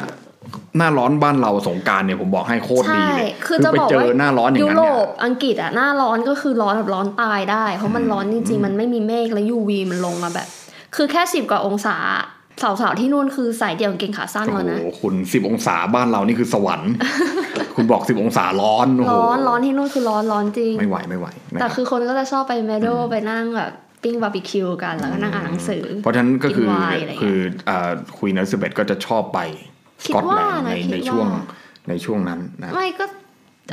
S1: หน้าร้อนบ้านเราสงกรารเนี่ยผมบอกให้โคตรดี
S2: ใช่
S1: เลย
S2: คือจะ
S1: ไป
S2: บอก
S1: เจอ
S2: ว่า
S1: หน้าร้อนอย่าง
S2: ยุ
S1: นั้น
S2: โร
S1: เนี่ย
S2: ปอังกฤษอะหน้าร้อนก็คือร้อนแบบร้อนตายได้ เพราะมันร้อนจริงๆ มันไม่มีเมฆแล้วยูวีมันลงมาแบบ คือแค่สิบกว่าองศาสาวๆที่นู่นคือสายเดี่ยวกางเกงขาสั้น
S1: โอ้
S2: แล้ว
S1: โห
S2: นะ
S1: คุณสิบองศาบ้านเรานี่คือสวรรค์ คุณบอกสิบองศาร้อนโอ้โห
S2: ร้อนร้อนที่นู่นคือร้อนร้อนจริง
S1: ไม่ไหวไม่ไหวนะ
S2: แต่
S1: รับ
S2: คือคนก็จะชอบไปเมโดไปนั่งแบบปิ้งบาร์บีคิวกันแล้วก็นั่งอ่านหนังสือ
S1: เพราะฉะนั้นก็คือ
S2: กินไวน์อะไรเงี้ย
S1: คือคุยนัสเบตก็จะชอบไปส
S2: คิด
S1: กอตแล
S2: ว่าน
S1: ด์ใน
S2: นะคิด
S1: ในช่วง
S2: ว่า
S1: ในช่วงนั้นนะ
S2: ไม่ก็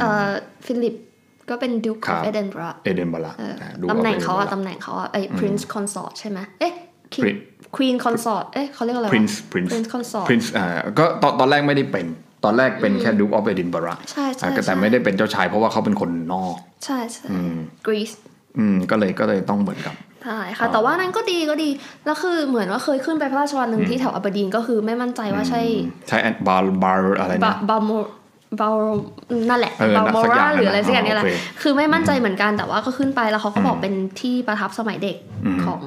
S2: เอ่อฟิลิปก็เป็นดิวคอฟเอเดนบระ
S1: เอเดนบาระนะดู
S2: ตำแหน่ง
S1: อ
S2: เขาอะตำแหน่งเขาอะไอ้ prince consort ใช่ไหมเอ๊ะ
S1: Prince
S2: ควีนคอนสอร์ตเอ๊ะเขาเรียกอะไรวะ
S1: Prince Prince
S2: prince consort
S1: Prince อ่าก็ตอนตอนแรกไม่ได้เป็น ตอนแรกเป็นแค่ดูออฟเอดินบาระ
S2: ใช่ใช่
S1: อ่าก็แต่ไม่ได้เป็นเจ้าชายเพราะว่าเขาเป็นคนนอก
S2: ใช่ใช่
S1: อืม
S2: กรีซ
S1: อืมก็เลยก็เลยต้องเหมือนกับ
S2: ใช่ค่ะแต่ว่านั้นก็ดีก็ดี แล้วคือเหมือนว่าเคยขึ้นไปพระราชวังหนึ่งที่แถวอับดีนก็คือไม่มั่นใจว่าใช่
S1: ใช้บาร์บาร์อะไร
S2: บา
S1: นะ
S2: บาโมบาโมนั่นแหละ
S1: เออบ
S2: าโม
S1: สักอ
S2: รา
S1: ย่าง
S2: หรืออะไร
S1: นั่นน่ะ
S2: สักอย่างเนี่ยแหละ
S1: โอเค
S2: คือไม่มั่นใจเหมือนกันแต่ว่าก็ขึ้นไปแล้วเขาก็บอกเป็นที่ประทับสมัยเด็ก
S1: อืม
S2: ของ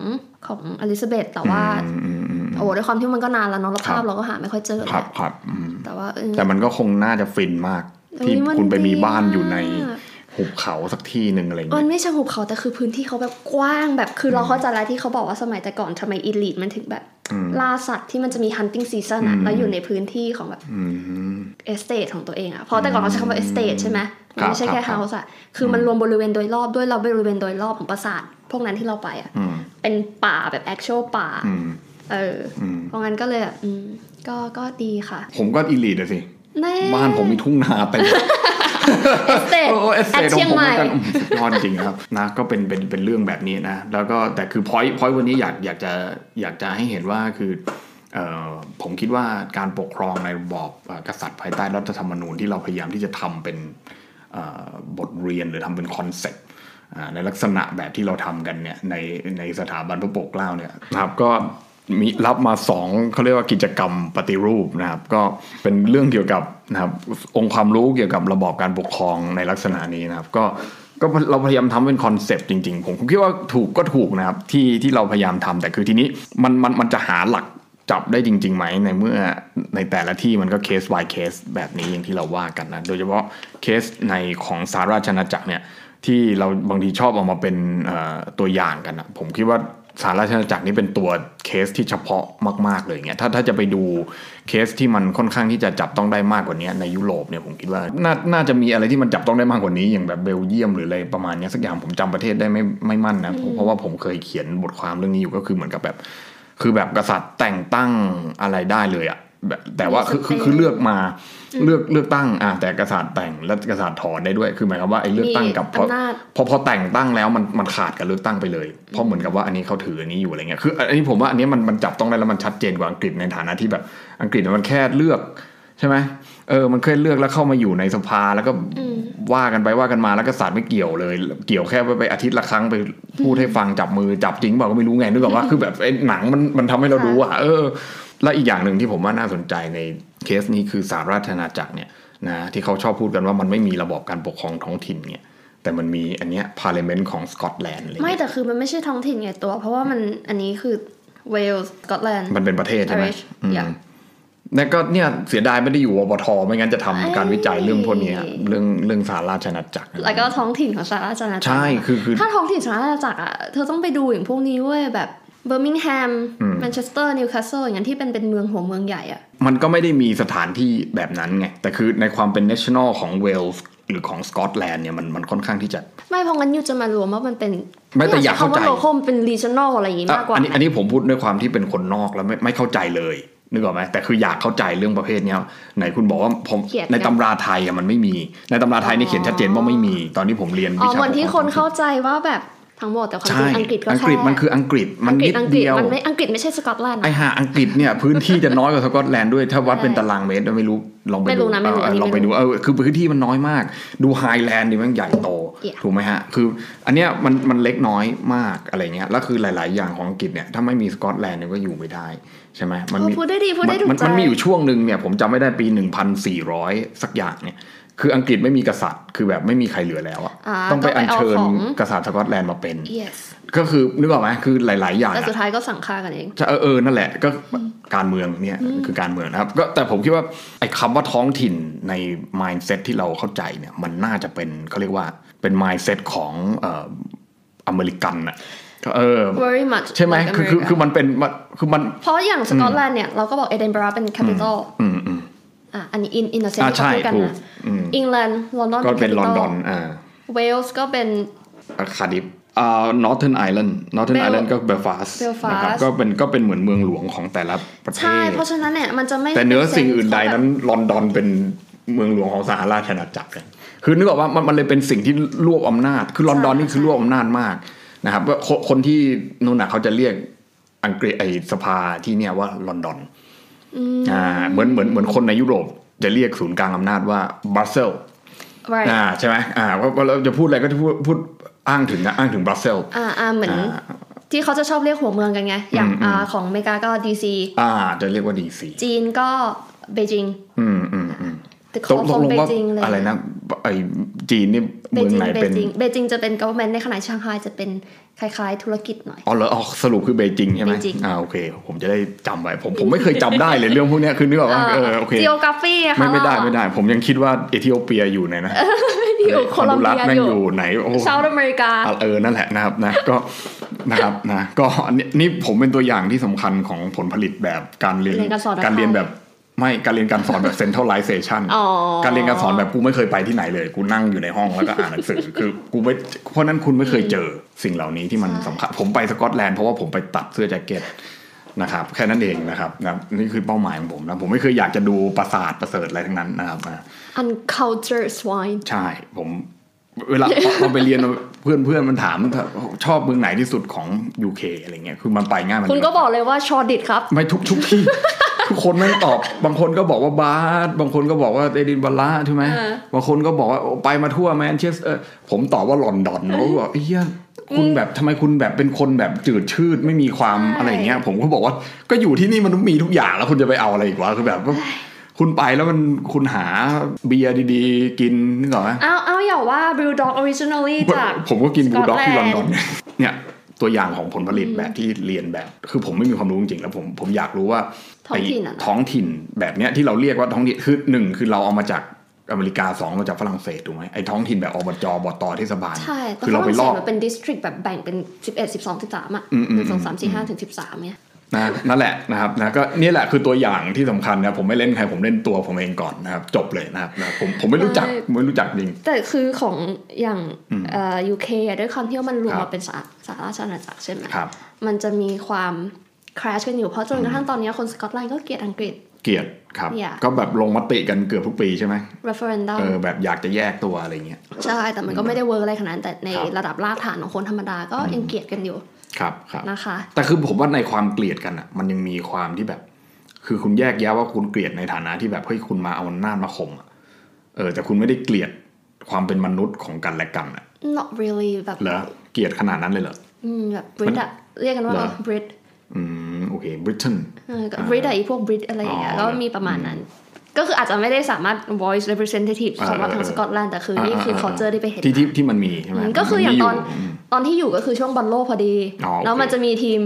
S2: ของอลิซาเบธแต่ว่า
S1: อืมอืมอืม
S2: โอ้โหด้วยความที่มันก็นานแล้วเนาะแล้วภา
S1: ครั
S2: พ
S1: บ
S2: เราก็หาไม่ค่อยเจอ
S1: ครับครับอืม
S2: แต่ว่าเออ
S1: แต่มันก็คงน่าจะฟินมาก ที่
S2: เออมัน
S1: คุณไปมีบ้านอยู่ใน
S2: ดีมาก
S1: หุบเขาสักที่หนึ่งอะไรอย่าง
S2: มั
S1: เงี้
S2: น
S1: ย
S2: ไม่ใช่หุบเขาแต่คือพื้นที่เขาแบบกว้างแบบคือเราเข้าใจแล้วที่เขาบอกว่าสมัยแต่ก่อนทำไมอีลีทมันถึงแบบ
S1: อืม
S2: ล่าสัตว์ที่มันจะมี hunting season อะ
S1: อืม
S2: แล้วอยู่ในพื้นที่ของแบบ
S1: อืม
S2: เอสเตทของตัวเองอะเพราะแต่ก่อนเขาใช้คำว่าเอสเตทใช่ไหมมันไม่ใช่
S1: ครับ
S2: แค่
S1: ครั
S2: เฮา
S1: บ
S2: ส์อะคือมันรวมบริเวณโดยรอบด้วยเราบริเวณโดยรอบของปราสาทพวกนั้นที่เราไปอะ
S1: อืม
S2: เป็นป่าแบบแอคชวลป่า
S1: อืม
S2: เออ
S1: อืม
S2: เพราะงั้นก็เลยแบบอืมก็ก็ดีค่ะ
S1: ผมก็อีลีดอะสิ
S2: แน่
S1: บ้านผมมีทุ่งนา เต็ม
S2: เอสเตท
S1: โอ้เอส
S2: แอ
S1: เตทข
S2: ด
S1: อ
S2: เชีย
S1: ง
S2: ง
S1: ผม
S2: ให
S1: เห
S2: ม่
S1: มือนกันอืมสุดยอดจริงครับ นะ ก็เป็นเป็นเป็นเรื่องแบบนี้นะ แล้วก็แต่คือพอยต์พอยต์วันนี้อยากอยากจะอยากจะให้เห็นว่าคือเอ่อผมคิดว่าการปกครองในระบอบเอ่อกษัตริย์ภายใต้รัฐธรรมนูญที่เราพยายามที่จะทำเป็นเอ่อบทเรียนหรือทำเป็นคอนเซ็ปต์ อ่าในลักษณะแบบที่เราทำกันเนี่ยในในสถาบันพระปกเกล้าเนี่ยนะครับก็มีรับมาสองเขาเรียกว่ากิจกรรมปฏิรูปนะครับก็เป็นเรื่องเกี่ยวกับนะครับองค์ความรู้เกี่ยวกับระบอบการปกครองในลักษณะนี้นะครับก็ก็เราพยายามทำเป็นคอนเซปต์จริงๆ ผมผมคิดว่าถูกก็ถูกนะครับที่ที่เราพยายามทำแต่คือทีนี้มันมันมันจะหาหลักจับได้จริงๆไหมในเมื่อในแต่ละที่มันก็เคส by เคสแบบนี้อย่างที่เราว่ากันนะโดยเฉพาะเคสในของสาราชอาณาจักรเนี่ย ที่เราบางทีชอบเอามาเป็นเอ่อตัวอย่างกันอะผมคิดว่าสารราชอาณาจักรนี่เป็นตัวเคสที่เฉพาะมาก ๆ เลยเงี้ยถ้าถ้าจะไปดูเคสที่มันค่อนข้างที่จะจับต้องได้มากกว่านี้ในยุโรปเนี่ยผมคิดว่าน่าน่าจะมีอะไรที่มันจับต้องได้มากกว่านี้ อย่างแบบเบลเยียมหรืออะไรประมาณเนี้ยสักอย่างผมจำประเทศได้ไม่ไม่มั่นนะเพราะเพราะว่าผมเคยเขียนบทความเรื่องนี้อยู่ก็คือเหมือนกับแบบ คือแบบกษัตริย์แต่งตั้งอะไรได้เลยอะแบบแต่ว่าคือคือคือเลือกมาเลือกเลือกตั้งอ่ะแต่กษัตริย์แต่งและกษัตริย์ถอนได้ด้วย คือหมายความว่าไอ้เลือกตั้งกับพอ
S2: อำนาจ
S1: พอพอแต่งตั้งแล้วมันมันขาดกับเลือกตั้งไปเลย เพราะเหมือนกับว่าอันนี้เขาถืออันนี้อยู่อะไรเงี้ยคืออันนี้ผมว่าอันนี้มันมันจับต้องได้แล้วมันชัดเจนกว่าอังกฤษในฐานะที่แบบอังกฤษมันแค่เลือกใช่ไหมเออมันเคยเลือกแล้วเข้ามาอยู่ในสภาแล้วก็
S2: อืม
S1: ว่ากันไปว่ากันมาแล้วก็ศาสตร์ไม่เกี่ยวเลย เกี่ยวแค่ไปไปอาทิตย์ละครั้งไปพูดให้ฟังจับมือจับจริงเปล่าก็ไม่รู้ไงนึกออกว่าคือแบบไอ้หนังมันมันทำให้เรารู้อ่ะเออ และอีกอย่างหนึ่งที่ผมว่าน่าสนใจในเคสนี้คือสหราชอาณาจักรเนี่ยนะที่เขาชอบพูดกันว่ามันไม่มีระบอบการปกครองท้องถิ่นเนี่ย แต่มันมีอันเนี้ยพาร์เลเมนต์ของสกอตแลนด์อะไร
S2: ไม่
S1: เงี้ย
S2: แต่คือมันไม่ใช่ท้องถิ่นไงตัว เพราะว่ามันอันนี้คือเวลส์สกอตแลนด์
S1: มันเป็นประเทศใช่ไหม
S2: Irish
S1: อืม
S2: yeah
S1: แล้วก็เนี่ยเสียดายไม่ได้อยู่วปทไม่งั้นจะทำการวิจัยเรื่องพวกเนี้ย
S2: เอ้ย
S1: เรื่องเรื่องสาราชอาณาจักรอะไร
S2: แล้วก็ท้องถิ่นของสหราชอาณาจักร
S1: ใช่คือคือ
S2: ถ้าท้องถิ่นสหราชอาณาจักรอ่ะเธอต้องไปดูอย่างพวกนี้เว้ยแบบเบอร์มิงแฮม
S1: อืม
S2: แมนเชสเตอร์นิวคาสเซิลอย่างนั้นที่เป็นเป็นเมืองหัวเมืองใหญ่อ่ะ
S1: มันก็ไม่ได้มีสถานที่แบบนั้นไง แต่คือในความเป็น national ของเวลส์หรือของสกอตแลนด์เนี่ยมันมันค่อนข้างที่จะ
S2: ไม่เพราะงั้นยูจะมารวมว่ามันเป็น
S1: ไม่แต่อยากเข้าใจ
S2: โลคมเป็น regional อะไรอย่างงี้มากกว่า
S1: อ่ะอันนี้อันนี้ผมพูดด้วยความที่เป็นคนนอกแล้วไม่ไม่เข้าใจเลยนึกออกไหมแต่คืออยากเข้าใจเรื่องประเภทเนี้ยไหนคุณบอกว่าผม
S2: เขียน
S1: ในตำราไทยอะมันไม่มี ในตำราไทยนี่เขียนชัดเจนว่าไม่มี ตอนที่ผมเรียนวิ
S2: อ๋อ
S1: ชา
S2: เหมือนที่
S1: ปก
S2: ค
S1: รอน ง
S2: เข้าใจว่าแบบทั้งหมดแต่ความจริ
S1: ใช่
S2: งอังกฤษก็
S1: อัง
S2: แค่
S1: กฤษมันคืออังกฤษ มันนิด
S2: อังกฤษ
S1: เดียว
S2: มันไม่อังกฤษไม่ใช่สกอตแลนด์
S1: ไอห่าอังกฤษเนี่ย พื้นที่จะน้อยกว่าสกอตแลนด์ด้วย ถ้าวัดเป็นตารางเมตรไม่รู้ ลองไป
S2: ไม่รู้
S1: ดู
S2: นะไม่รู้
S1: เออ
S2: อันนี้
S1: ลองไป
S2: ไม่รู้
S1: ดูเออคือพื้นที่มันน้อยมาก ดูไฮแลนด์ดิมันใหญ่โต
S2: Yeah
S1: ถูกไหมฮะ คือ อันเนี้ยมันมันเล็กน้อยมากอะไรเงี้ยแล้วคือหลาย ๆ อย่างของอังกฤษเนี่ยถ้าไม่มีสกอตแลนด์เนี่ยก็อยู่ไม่ได้ใช่ไหมมัมี
S2: โอ้พูดได้ดีพูดได้ถูก
S1: มัน
S2: ใจ
S1: มันมีอยู่ช่วงหนึ่งเนี่ยผมจำไม่ได้ปี 1,400 สักอย่างเนี่ยคืออังกฤษไม่มีกษัตริย์ คือแบบไม่มีใครเหลือแล้วอะ
S2: อ่า
S1: ต้องไปอัญเชิญ
S2: ต้องไปเอาของ
S1: กษัตริย์สกอตแลนด์มาเป็น
S2: yes
S1: ก็คือนึกออกไหมคือหลาย ๆ อย่าง
S2: แต่
S1: อะ
S2: สุดท้ายก็สั่งฆ่ากันเอง
S1: ใช่เออเออนั่นแหละก็การเมืองเนี่ยคือการเมืองนะครับก็แต่ผมคิดว่าไอ้คำว่าท้องถิ่นใน mindset ที่เราเข้าใจเนี่ยมันน่าจะเป็นเขาเรียกว่าเป็น mindset ของเอ่ออเมริกันอะเออ
S2: very much
S1: ใช่ไหม
S2: like
S1: คือคือ
S2: America
S1: คือมันเป็นมันคือมัน
S2: เพราะอย่างสกอตแลนด์เนี่ย เราก็บอกเอดินบะระเป็น capital
S1: อืมอืม
S2: อ่ะอันนี้ in in the
S1: อ่า
S2: sense ที่
S1: ใช่
S2: พูดกัน
S1: ถูก
S2: นะ
S1: อืม
S2: อังกฤษลอนดอน
S1: ก็เป็นลอนดอนอ่า
S2: เวลส์ก็เป็น
S1: คาดิฟอ่านอร์ทเทิร์นไอแลนด์นอร์ทเทิร์นไอแลนด์ก็เบลฟาสต์นะครับ
S2: Belfast
S1: ก็เป็นก็เป็นเหมือนเมืองหลวงของแต่ละประเท
S2: ใช่
S1: ศ
S2: เพราะฉะนั้นเนี่ยมันจะไม่
S1: แต่เหนื้อ
S2: ป็
S1: สิ่งอื่นใด
S2: sense
S1: นั้นลอนดอนเป็นเมืองหลวงของสหราชอาณาจักรเนี่ยคือนึกออกว่ามันมันเลยเป็นสิ่งที่รวบอำนาจ คือลอนดอนนี่คือรวบอำนาจมากนะครับว่าคนคนที่นู่นน่ะเขาจะเรียกอังกฤษไอสภาที่เนี่ยว่าลอนดอนอ่าเหมือนเหมือนเหมือนคนในยุโรปจะเรียกศูนย์กลางอำนาจว่าบรัสเซล
S2: right
S1: อ่าใช่ไหมอ่าว่าว่าเราจะพูดอะไรก็จะพูดพูดอ้างถึงนะอ้างถึงบรัสเซล
S2: อ่าอ่าเหมือน
S1: อ่า
S2: ที่เขาจะชอบเรียกหัวเมืองกันไง อย่างอ่าของอเมริกาก็ดีซี
S1: อ่าจะเรียกว่าดีซี
S2: จีนก็เบจิง
S1: อืมอืมอืม
S2: ตึก
S1: ตก
S2: ข
S1: ต
S2: อก ง
S1: ลง
S2: เบ
S1: ว่า
S2: จิงเลย
S1: อะไรนะไอจีนนี่
S2: เบ
S1: เมือง
S2: จิง
S1: ไหน
S2: เบ
S1: เป็น
S2: จิงเบจิงจะเป็น government ในขณะที่ชางไฮจะเป็นคล้ายๆ ธุรกิจหน่อย
S1: อ๋อเหรออ๋อสรุปคือเบจิงใช่ไหม
S2: เบจิง
S1: อ่าโอเค ผมจะได้จำไว้ ผมผมไม่เคยจำได้เลยเรื่องพวกเนี้ยคือนึกออกว่าเออโอเค
S2: จีโอกราฟีอะ
S1: ไม่
S2: ค่ะ
S1: ไม่ได้
S2: เราอะ
S1: ไม่ได้ ผมยังคิดว่าเอธิโอเปียอยู่ไหนนะ
S2: อยู่โคลอม
S1: นดู
S2: เบีย
S1: รัสแม่
S2: อง ยู่
S1: อยู่ไหนโอ้
S2: เซาท์อเมริกา
S1: เออนั่นแหละนะครับนะก็นะครับนะก็อันนี้นี่ผมเป็นตัวอย่างที่สำคัญของผลผลิตแบบการเรียน
S2: เรียนการสอน
S1: การเรียน
S2: นะคะ
S1: แบบไม่การเรียนการสอนแบบ centralization
S2: อ๋อ
S1: การเรียนการสอนแบบกูไม่เคยไปที่ไหนเลย กูนั่งอยู่ในห้องแล้วก็อ่านหนังสือ คือกูไม่เพราะนั้นคุณไม่เคยเจอสิ่งเหล่านี้ที่มัน
S2: ใช่
S1: สำคัญผมไปสกอตแลนด์เพราะว่าผมไปตัดเสื้อแจ็คเก็ตนะครับแค่นั้นเองนะครับนะนี่คือเป้าหมายของผมนะผมไม่เคยอยากจะดูปราสาทประเสริฐอะไรทั้งนั้นนะครับอ่า
S2: uncultured swine
S1: ใช่ผมเวลา เราไปเรียนเพื่อนเพื่อนมันถามชอบเมืองไหนที่สุดของ UK อะไรเงี้ยคือมันไปง่ายมัน
S2: คุณก็บอกเลยว่าชอดิดครับ
S1: ไม่ทุกทุกที่ ทุกคนแม่งตอบ บางคนก็บอกว่าบาสบางคนก็บอกว่าเอดินบะระใช่ไหม
S2: เออ
S1: บางคนก็บอกว่าโอ้ไปมาทั่วแมนเชสเตอร์ผมตอบว่าลอนดอนเขาก็บอกเอ้ยคุณแบบทำไมคุณแบบเป็นคนแบบจืดชืดไม่มีความอะไรอย่างเงี้ย ผมก็บอกว่าก็อยู่ที่นี่มันมีทุกอย่างแล้วคุณจะไปเอาอะไรอีกวะคือแบบว่าคุณไปแล้วมันคุณหาเบียร์ดีๆ กินนึกออกไหม
S2: เอาเอาอย่าว่า brew dog originally จาก
S1: ผมก็กินบูลด็อกที่ลอน
S2: Scotland
S1: ดอนเนี่ยเนี่ยตัวอย่างของผลผลิตแบบที่เรียนแบบ คือผมไม่มีความรู้จริงๆแล้วผมผมอยากรู้ว่า
S2: ท้องถิ่นอะนะ
S1: ไท้องถิ่นแบบเนี้ยที่เราเรียกว่าท้องถิ่นคือหนึ่งคือเราเอามาจาก อเมริกาสองมาจากฝรั่งเศสถูกไหมไอ้ท้องถิ่นแบบอบจบตเทศบาล
S2: ใช่แต่
S1: คือ
S2: ฝ
S1: เราไป
S2: รั่ง
S1: ลอ
S2: เศ
S1: ก
S2: สมันเป็นดิสทริกแบบแบ่งเป็น 11 12 13 อ่ะ
S1: อืมอืม
S2: หนึ่งสองสามสี่ห้าถึงสิบสามเนี่ย
S1: นะนั่นแหละนะครับนะก็เนี่ยแหละคือตัวอย่างที่สำคัญนะครับผมไม่เล่นใครผมเล่นตัวผมเองก่อนนะครับจบเลยนะครับนะผมผมไม่รู้จัก
S2: ใช่
S1: ผมไม่รู้จักจริง
S2: แต่คือของอย่าง
S1: อืม
S2: เอ่อ UK อะด้วยความที่ว่ามันรวม
S1: ครับ
S2: มาเป็นสาสาราชอาณาจักรใช่ไหม
S1: ครับ
S2: มันจะมีความคราชกันอยู่เพราะจนกระทั่งตอนเนี้ยคนสกอตแลนด์ก็เกลียดอังกฤษ
S1: เกลียรติครับ
S2: อยาก
S1: ก็แบบลงมติกันเกือบทุกปีใช่ไหม
S2: referendum
S1: เออแบบอยากจะแยกตัวอะไรเงี้ย
S2: ใช่ แต่มันก็ไม่ได้เวิร์กอะไรขนาดนั้นแต่ใน
S1: ครับ
S2: ระดับรากฐานของคนธรรมดาก็ยังเกลียดกันอยู่
S1: ครับครับ
S2: นะคะ
S1: แต่คือผมว่าในความเกลียดกันอ่ะ มันยังมีความที่แบบ คือคุณแยกแยะว่าคุณเกลียดในฐานะที่แบบเฮ้ยคุณมาเอาอำนาจมาข่มอะเออ แต่คุณไม่ได้เกลียดความเป็นมนุษย์ของกันและกันอ่ะ
S2: not really แบบ
S1: เหรอเกลียดขนาดนั้นเลยเหรอ
S2: อืมแบบ Brit อะเรียกกันว่า
S1: เหรอ
S2: Brit
S1: อืมโอเคบริเตน
S2: เออก็ Brit อะไอพวก Brit อะไรอย่างเงี้ย
S1: อ๋อ
S2: ก็มีประมาณนั้น ก็คืออาจจะไม่ได้สามารถ voice representative
S1: เออ
S2: สำหรับทาง
S1: เออ
S2: สกอตแลนด์แต่คือนี่คือ culture ที่ไปเห็น
S1: ที่ที่ที่มันมีใช่ไหม
S2: อืมก็คืออย่างตอน
S1: มัมีม
S2: ตอนที่อยู่ก็คือช่วงบอลโลกพอดี
S1: อ๋อโอเค
S2: แล้วมันจะมีทีม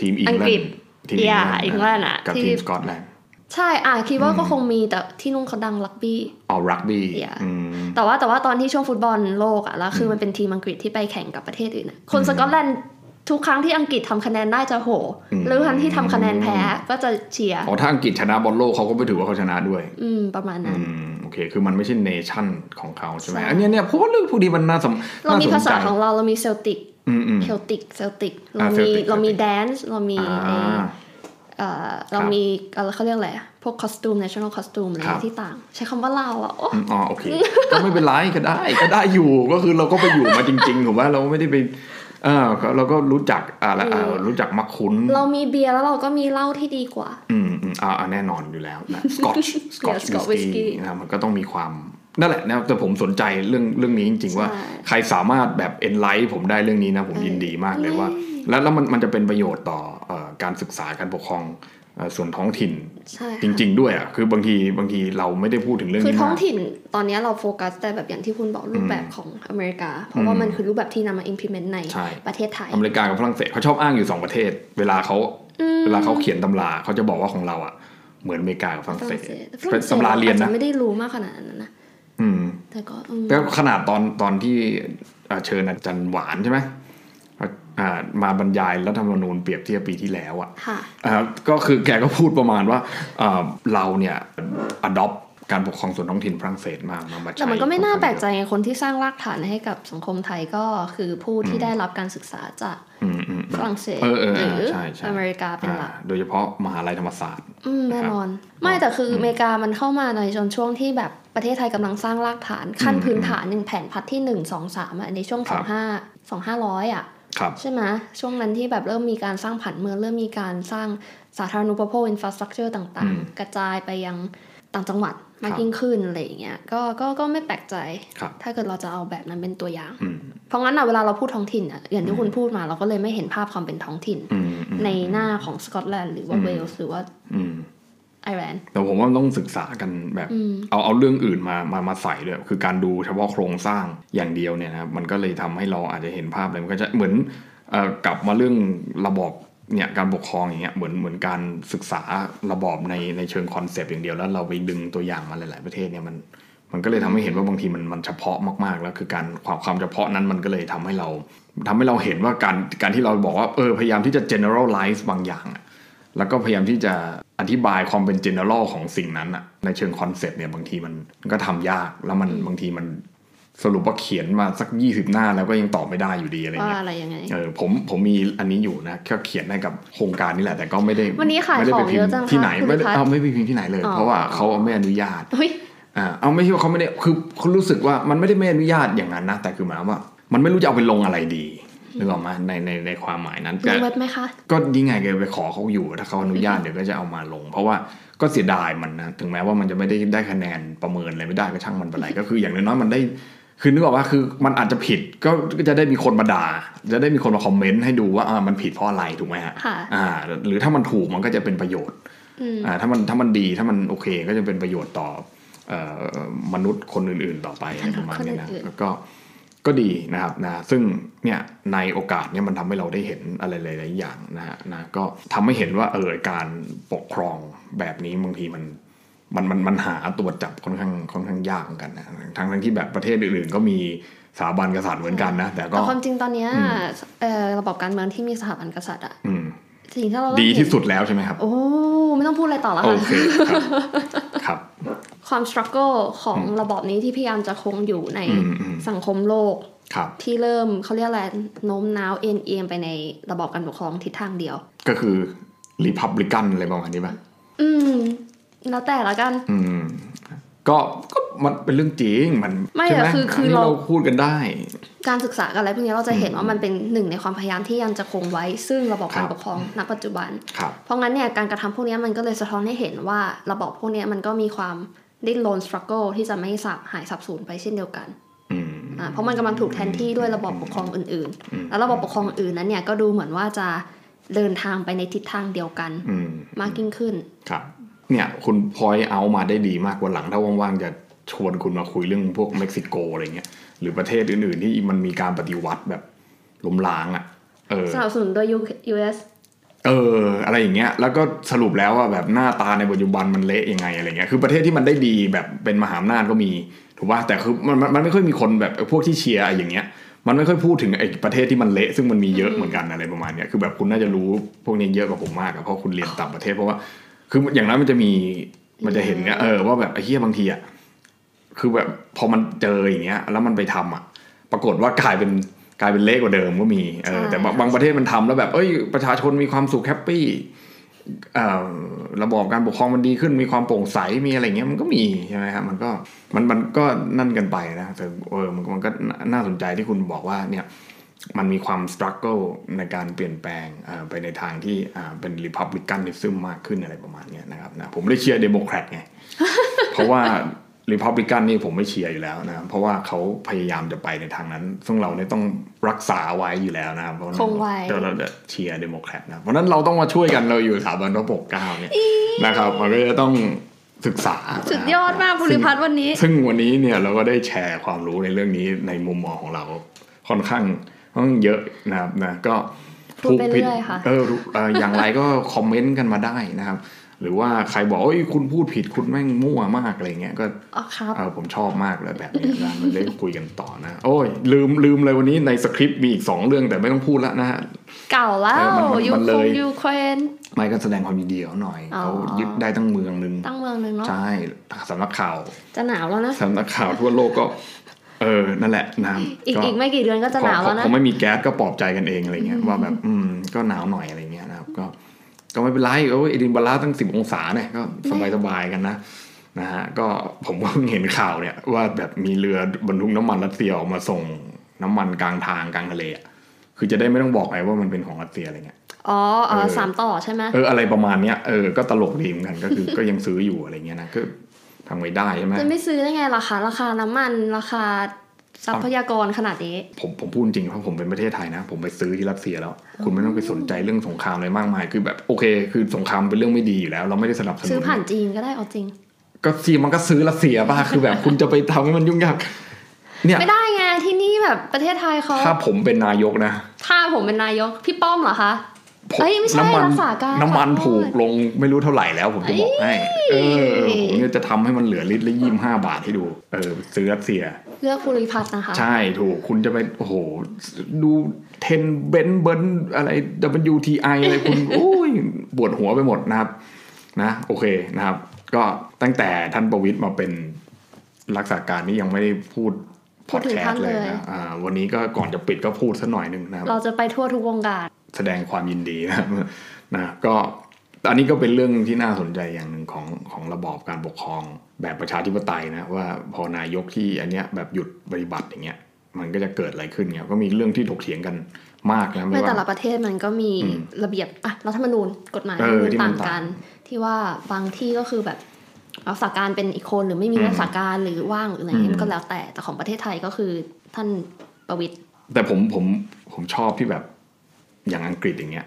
S1: ทีมอัง
S2: อังกฤษ
S1: ทีม
S2: อย่า
S1: อัง
S2: อังกฤษน่ะ
S1: กับ
S2: ที่
S1: ทีมสกอตแลนด์
S2: ใช่อ่ะคิดว่าก็คงมีแต่ที่นุ่งเขาดังลักบี้
S1: เอารักบี้
S2: อย่า
S1: อืม
S2: แต่ว่าแต่ว่าตอนที่ช่วงฟุตบอลโลกอ่ะแล้วคือมันเป็นทีมอังกฤษที่ไปแข่งกับประเทศอื่นอะคนสกอตแลนด์ทุกครั้งที่อังกฤษทำคะแนนได้จะโห
S1: อืม
S2: หรือครั้งที่ทำคะแนนแพ้ก็จะเชียร์
S1: อ๋อถ้าอังกฤษชนะบอลโลกเขาก็ไม่ถือว่าเขาชนะด้วย
S2: อืมประมาณนั้น
S1: อืมโอเค คือมันไม่ใช่เนชั่นของเขาใช่ไหม
S2: ใช่
S1: อันเนี้ยเนี่ยเพราะว่าเรื่องพวกนี้มันน่าสน
S2: เรามี
S1: น่
S2: ภา
S1: สน
S2: ษา
S1: ใจ
S2: ของเราเรามีเซลติก
S1: อืมอืม
S2: เคลติกเซลติก
S1: อ่า
S2: เรามี
S1: Celtic
S2: เรามี
S1: Celtic
S2: แดนซ์เรามี
S1: อ่า
S2: ไอ้เอ่อเรามีเอ่อเขาเรียกอะไรอะพวกคอสตูม national costume อะไร
S1: ครับ
S2: ที่ต่าง ใช้คำว่าเราอ่ะโอ๊ะ
S1: อืมอ๋อโอเค ก็ไม่เป็นไรก็ได้ก็ได้อยู่ก็คือเราก็ไปอยู่มาจริงๆถูกไหมเราไม่ได้ไปเออก็เราก็รู้จักอ่าละอ่า
S2: อืม
S1: รู้จักมักคุ้น
S2: เรามีเบียร์แล้วเราก็มีเหล้าที่ดีกว่า
S1: อืมอืมอ่าอ่าแน่นอนอยู่แล้ว นะสกอตสกอต
S2: Yeah, Scotch
S1: วิส
S2: whisky
S1: กี้นะครับมันก็ต้องมีความนั่นแหละนะแต่ผมสนใจเรื่องเรื่องนี้จริง ๆ ว่า
S2: ใช่
S1: ใครสามารถแบบเอ็นไลท์ผมได้เรื่องนี้นะผมยินดีมากเลยว่า แล้วแล้วมันมันจะเป็นประโยชน์ต่อเอ่อการศึกษาการปกครองเอ่อส่วนท้องถิ่น
S2: ใช่ค่ะ
S1: จริง ๆ ด้วยอ่ะคือบางทีบางทีเราไม่ได้พูดถึงเรื่อง
S2: คือ
S1: นี้
S2: ท้อ
S1: มางก
S2: ถิ่นตอนเนี้ยเราโฟกัสแต่แบบอย่างที่คุณบอกรูปแบบของอเมริกา เพราะว่ามันคือรูปแบบที่นำมา implement ใน
S1: ใช่
S2: ประเทศไทย
S1: อเมริกากับฝรั่งเศสเขาชอบอ้างอยู่สองประเทศ เวลาเขาเวลาเขาเขียนตำราเขาจะบอกว่าของเราอ่ะเหมือนอเมริกากับฝรั่ง
S2: ฝ
S1: เศส
S2: รั่งเศส
S1: เป็นตำราเรียน
S2: อจ
S1: นะ
S2: จะไม่ได้รู้มากขนาดนั้นนะ
S1: อืม
S2: แต่ก็อืม
S1: แล้วขนาดตอนตอนที่เอ่อเชิญอาจารย์หวานใช่ไหมอ่ามาบรรยายรัฐธรรมนูญเปรียบเทียบปีที่แล้วอ่ะ
S2: ค่ะ
S1: อ่าก็คือแกก็พูดประมาณว่าอ่าเราเนี่ย adopt การปกครองส่วนท้องถิ่นฝรั่งเศสมามามาใช้
S2: แต่มันก็ไม่น่า
S1: ค่อข้ง
S2: แปลกใจไงคนที่สร้างรากฐานให้กับสังคมไทยก็คือผู้ที่ได้รับการศึกษาจาก
S1: อืมอืม
S2: ฝรั่งเศส
S1: เออเออ
S2: ห
S1: เอ
S2: รือ อ
S1: ใช่ใช่
S2: อเมริกาเป็นหลัก
S1: อ่าโดยเฉพาะมหาลัยธรรมศาสตร์
S2: อืมแน่
S1: นะครับ
S2: นอน ไม่แต่คืออเมริกามันเข้ามาในจนช่วงที่แบบประเทศไทยกำลังสร้างรากฐานขั้น
S1: อืม
S2: พื้นฐานหนึ่งแผนพัฒน์ที่หนึ่งสองสามอ่ะในช่วง
S1: ค
S2: ส
S1: รั
S2: อบ งห้าสองห้าร้อยอ่ะ
S1: ครับ
S2: ใช่ไหมช่วงนั้นที่แบบเริ่มมีการสร้างผันเมืองเริ่มมีการสร้างสาธารณูปโภค infrastructure ต่างๆ กระจายไปยังต่างจังหวัดมากยิ่งขึ้นอะไรอย่างเงี้ยก็ก็ก็ไม่แปลกใจ
S1: ครับ
S2: ถ้าเกิดเราจะเอาแบบนั้นเป็นตัวอย่าง
S1: อืม
S2: เพราะงั้นอ่ะเวลาเราพูดท้องถิ่นอ่ะอย่างที่คุณพูดมาเราก็เลยไม่เห็นภาพความเป็นท้องถิ่น
S1: อืมอืม
S2: ในหน้าของสกอตแลนด์หรือว่าเวลส์หรือว่า
S1: อืม
S2: ไอร์แลนด์
S1: แต่ผมว่ามันต้องศึกษากันแบบ
S2: อืม
S1: เอาเอาเรื่องอื่นมามามาใส่ด้วยคือการดูเฉพาะโครงสร้างอย่างเดียวเนี่ยนะครับมันก็เลยทำให้เราอาจจะเห็นภาพอะไรมันก็จะเหมือนเอ่อกลับมาเรื่องระบอบเนี่ยการปกครองอย่างเงี้ยเหมือนเหมือนการศึกษาระบอบในในเชิงคอนเซปต์อย่างเดียวแล้วเราไปดึงตัวอย่างมาหลาย ๆ ประเทศเนี่ยมันมันก็เลยทำให้เห็นว่าบางทีมันมันเฉพาะมากๆ แล้วคือการความความเฉพาะนั้นมันก็เลยทำให้เราทำให้เราเห็นว่าการการที่เราบอกว่าเออพยายามที่จะ generalize บางอย่างอะ แล้วก็พยายามที่จะอธิบายความเป็น general ของสิ่งนั้นอะในเชิงคอนเซปต์เนี่ยบางทีมันมันก็ทำยากแล้วมันบางทีมันสรุปว่าเขียนมาสัก 20 หน้าแล้วก็ยังตอบไม่ได้อยู่ดีอะไร
S2: ว่า
S1: เงี้ย
S2: อะไรยังไง
S1: เออผมผมมีอันนี้อยู่นะแค่เขียนให้กับโครงการนี่แหละ แต่ก็ไม่ได้
S2: วันนี้ขาย
S1: ไม่ได้ไป
S2: ของ
S1: พิ
S2: เย
S1: ม
S2: อะ
S1: พ์
S2: จังค่ะ
S1: ที่ไหนไม่ได้
S2: คุณพิพัฒน์
S1: เอาไม่ไปพิมพ์ที่ไหนเลย
S2: อ๋อ
S1: เพราะว่าเขาไม่อนุญาต
S2: เฮ้ย
S1: อ่าเอาไม่ใช่ว่าเขาไม่ได้คือเขารู้สึกว่ามันไม่ได้ไม่อนุญาตอย่างนั้นนะแต่คือหมายความว่า มันไม่รู้จะเอาไปลงอะไรดีนึกออกไหมาในในในความหมายนั้น
S2: มี
S1: แต่
S2: เว็บไหมคะ
S1: ก็ยิ่งไงก็ไปขอเขาอยู่ถ้าเขาอนุญาตเดี๋ยวก็จะเอามาลง เพราะว่าก็เสียดายมันนะถึงแม้ว่ามันจะไม่ได้ได้คะแนนประเมินอะไรไม่ได้ก็ช่างมันไปเลยก็คืออย่างน้อยๆมันได้ คือนึกออกว่าคือมันอาจจะผิดก็ก็จะได้มีคนมาด่าจะได้มีคนมาคอมเมนต์ให้ดูว่าอ่ามันผิดเพราะอะไรถูกไหมฮะ
S2: ค่ะ
S1: อ่า หรือถ้ามันถูกมันก็จะเป็นประโยชน์
S2: อืม
S1: อ่าถ้ามันถ้ามันดีถ้ามันโอเคก็จะเป็นประโยชน์ต่อเอ่อมนุษย์คนอื่นๆต่อไปอะไรประมาณเนี้ยนะแล้วก็ก็ดีนะครับนะซึ่งเนี่ยในโอกาสเนี่ยมันทำให้เราได้เห็นอะไรหลายๆอย่างนะฮะนะก็ทำให้เห็นว่าเออการปกครองแบบนี้บางทีมัน มันมันมันหาตัวจับค่อนข้างค่อนข้างยากเหมือนกันนะทั้งทั้งที่แบบประเทศอื่นๆ ก็มีสถาบันกษัตริย์เหมือนกันนะแต่ก็
S2: แต่ความจริงตอนเนี้ย
S1: อืม
S2: เอ่อระบบการเมืองที่มีสถาบันกษัตริย์อะ
S1: อืม
S2: สิ่งที่เรา
S1: ดี
S2: เห็น
S1: ที่สุดแล้วใช่ไหมครับ
S2: โอ้ไม่ต้องพูดอะไรต่อแล้ว
S1: โอ
S2: ค่ะ
S1: เคครับครับ
S2: ความสครัลเกิลของระบอบนี้ที่พยายามจะคงอยู่ใน
S1: อืมอืม
S2: สังคมโลก
S1: ครับ
S2: ที่เริ่มเขาเรียกอะไรโน้มน้าวเอ็นเอียงไปในระบอบการปกครองทิศทางเดียว
S1: ก็คือรีพับลิกันอะไรประมาณนี้ป่ะ
S2: อืม แล้วแต่ละกัน
S1: อืม ก็ก็มันเป็นเรื่องจริงมัน
S2: ไม่
S1: ใช่ห
S2: อะคือคืออั
S1: นนี้
S2: เรา
S1: เราพูดกันได้
S2: การศึกษากับอะไรพวกนี้เราจะเห็น
S1: อืม
S2: ว่ามันเป็นหนึ่งในความพยายามที่ยังจะคงไว้ ซึ่งระบอบ
S1: ครับ
S2: การปกครองณปัจจุบัน
S1: ครับ
S2: เพราะงั้นเนี่ยการกระทำพวกนี้มันก็เลยสะท้อนให้เห็นว่าระบอบพวกนี้มันก็มีความดิ้นรนสครัลเกิลที่จะไม่สาบหายสับสูญไปเช่นเดียวกัน
S1: อืม
S2: อ่าเพราะมันกำลังถูกแทนที่ด้วยระบอบปกครองอื่น
S1: อืม
S2: ๆ แล้วระบอบปกครองอื่นนั้นเนี่ยก็ดูเหมือนว่าจะเดินทางไปในทิศทางเดียวกัน
S1: อืม
S2: มากยิ่งขึ้น
S1: ครับ เนี่ยคุณพลอยเอามาได้ดีมากวันหลังถ้าว่างๆ จะชวนคุณมาคุยเรื่องพวกเม็กซิโกอะไรเงี้ยหรือประเทศอื่นๆ ที่มันมีการปฏิวัติแบบล้มล้างอะ่ะ เออ
S2: สนับสนุนโดย US
S1: เออ อะไรอย่างเงี้ย แล้วก็สรุปแล้วว่าแบบหน้าตาในปัจจุบันมันเละยังไงอะไรเงี้ย คือประเทศที่มันได้ดีแบบเป็นมหาอำนาจก็มี ถูกป่ะ แต่คือมันมันมันไม่ค่อยมีคนแบบพวกที่เชียร์อะไรอย่างเงี้ย มันไม่ค่อยพูดถึงไอ้ประเทศที่มันเละซึ่งมันมีเยอะเหมือนกันอะไรประมาณเนี้ย คือแบบคุณน่าจะรู้พวกนี้เยอะกว่าผมมากอะเพราะคุณเรียนต่างประเทศเพราะว่า คืออย่างนั้นมันจะมี มันจะเห็นเนี้ยเออว่าแบบไอ้เหี้ยบางทีอะ คือแบบพอมันเจออย่างเงี้ยแล้วมันไปทำอ่ะ ปรากฏว่ากลายเป็นกลายเป็นเละกว่าเดิมก็มีเออ
S2: ใช่
S1: แต่บางบางประเทศมันทำแล้วแบบเอ้ยประชาชนมีความสุขแฮปปี้เอ่อระบอบการปกครองมันดีขึ้นมีความโปร่งใสมีอะไรเงี้ยมันก็มีใช่ไหมครับมันก็มันมันก็นั่นกันไปนะแต่เออมันมันก็น่าน่าสนใจที่คุณบอกว่าเนี่ยมันมีความสครัลเกิลในการเปลี่ยนแปลงเอ่อไปในทางที่อ่าเป็นริพับลิกันนิซึมมากขึ้นอะไรประมาณเนี้ยนะครับนะผมได้เชียร์เดโมแครต ไง เพราะว่าริพับลิกันนี่ผมไม่เชียร์อยู่แล้วนะ เพราะว่าเขาพยายามจะไปในทางนั้น ซึ่งเราเนี่ยต้องรักษาไว้อยู่แล้วนะครับเพราะฉะนั้น
S2: คงไว้
S1: เดี๋ยเราจะเชียร์เดโมแครตนะ เพราะฉะนั้นเราต้องมาช่วยกันเราอยู่สถาบันพระปกเกล้าเนี่ยนะครับ มันก็จะต้องศึกษา
S2: สุดยอดมากภูริพัฒน์วันนี้
S1: ซึ่งซึ่งวันนี้เนี่ยเราก็ได้แชร์ความรู้ในเรื่องนี้ในมุมมองของเราค่อนข้างค่อนข้างเยอะนะครับนะก็
S2: พูดไปเรื่อยค่ะ
S1: เออรู้เอ่ออย่างไรก็ คอมเมนต์กันมาได้นะครับ หรือว่าใครบอกเอ้ยคุณพูดผิดคุณแม่งมั่วมากอะไรเงี้ยก็
S2: อ๋อครับ
S1: เออผมชอบมากเลยแบบนี้นะ มันได้คุยกันต่อนะ โอ้ย ลืมลืมเลยวันนี้ในสคริปต์มีอีก 2 เรื่องแต่ไม่ต้องพูดละนะฮะ
S2: เก่าแล้
S1: เอ
S2: ว
S1: อมันมัน
S2: ยู
S1: มัน
S2: เค
S1: เล
S2: รน
S1: ย
S2: ยูเครน
S1: ไม่ก็แสดงความยินดีเขาหน่อย
S2: อ๋อ
S1: เขายึดได้ตั้งเมืองนึง
S2: ตั้งเมืองหนึ่งเนาะ
S1: ใช่สำนักข่าว
S2: จะหนาวแล้วนะ
S1: สำนักข่าวทั่วโลกก็ เออ นั่นแหละนะ
S2: อีกอีกไม่กี่เดือนก็จะหนาว
S1: พ
S2: แล้ว
S1: อ
S2: นะ
S1: พอไม่มีแก๊สก็ปลอบใจกันเองอะไรเงี้ยว่าแบบอืมก็หนาวหน่อยอะไรเงี้ยนะครับ ก็ก็ไม่เป็นไรโอ้ยเอดินบะระตั้งสิบองศาเนี่ยก็สบายสบายๆกันนะ นะฮะก็ผมก็เพิ่งเห็นข่าวเนี่ยว่าแบบมีเรือบรรทุกน้ำมันรัสเซียออกมาส่งน้ำมันกลางทางกลางทะเลอะคือจะได้ไม่ต้องบอกไงว่ามันเป็นของรัสเซียอะไรเงี้ย
S2: อ๋อเออ
S1: เออ
S2: สามต่อใช่ไหม
S1: เอออะไรประมาณเนี้ยเออก็ตลกดีเหมือนกันก็คือ ก็ยังซื้ออยู่อะไรเงี้ยนะก็ทำไว้ได้ใช่ไหม
S2: จะไม่ซื้อได้ไงราคาราคาน้ำมันราคาทรัพยากรขนาดนี้
S1: ผมผมพูดจริงเพราะผมเป็นประเทศไทยนะ ผมไปซื้อที่รัสเซียแล้ว คุณไม่ต้องไปสนใจเรื่องสงครามอะไรมากมาย คือแบบโอเค คือสงครามเป็นเรื่องไม่ดีอยู่แล้ว เราไม่ได้สนับสนุน
S2: ซื้อผ่านจีนก็ได้เอาจริง
S1: ก็ซีมันก็ซื้อรัสเซียป่ะคือแบบคุณจะไปทำให้มันยุ่งยากเนี่ย
S2: ไม่ได้ไงที่นี่แบบประเทศไทยเขา
S1: ถ้าผมเป็นนายกนะ
S2: ถ้าผมเป็นนายกพี่ป้อมเหรอคะ เอ้ยไม่ใช่
S1: น้ำมัน
S2: รักษาการ
S1: น้ำมัน
S2: ขอโทษ
S1: ถูกลงไม่รู้เท่าไหร่แล้วผมจะบอกให้ เออผมเนี่ยจะทำให้มันเหลือลิตรละยี่ห้าบาทให้ดู เออ ซื้อรัสเซีย
S2: เลือกภูริพัฒน์นะคะ
S1: ใช่ถูกคุณจะไป โอ้โห ดูเทนเบนเบนอะไร WTI อะไรคุณ โอ้ยปวดหัวไปหมดนะครับ นะ โอเคนะครับ ก็ตั้งแต่ท่านประวิตยมาเป็นรักษาการนี่ยังไม่ได้พูด
S2: พู
S1: พอ
S2: ด
S1: ด
S2: ถึง
S1: แคส
S2: ท่าน
S1: ต์เลย
S2: เลย
S1: นะอ่าวันนี้ก็ก่อนจะปิดก็พูดสักหน่อยหนึ่งนะครับ
S2: เราจะไปทั่วทุกวงการ
S1: แสดงความยินดีนะครับ นะก็อันนี้ก็เป็นเรื่องที่น่าสนใจอย่างหนึ่งของของระบอบการปกครองแบบประชาธิปไตยนะว่าพอนายกที่อันเนี้ยแบบหยุดปฏิบัติอย่างเงี้ยมันก็จะเกิดอะไรขึ้นเนี่ยก็มีเรื่องที่ถกเถียงกันมากนะ
S2: ไม่
S1: ว่า
S2: แต่ละประเทศมันก็มี
S1: อืม
S2: ระเบียบอะรัฐธรรมนูญกฎหมาย
S1: เออ
S2: มัน
S1: ที่มัน
S2: ต่างกัน ที่ว่าบางที่ก็คือแบบรักษาการเป็นอีกคนหรือไม่มี
S1: อืม
S2: รักษาการหรือว่างหรืออะไรเงี้
S1: อืม
S2: ยมันก็แล้วแต่แต่ของประเทศไทยก็คือท่านประวิตร
S1: แต่ผมผมผมชอบที่แบบอย่างอังกฤษอย่างเงี้ย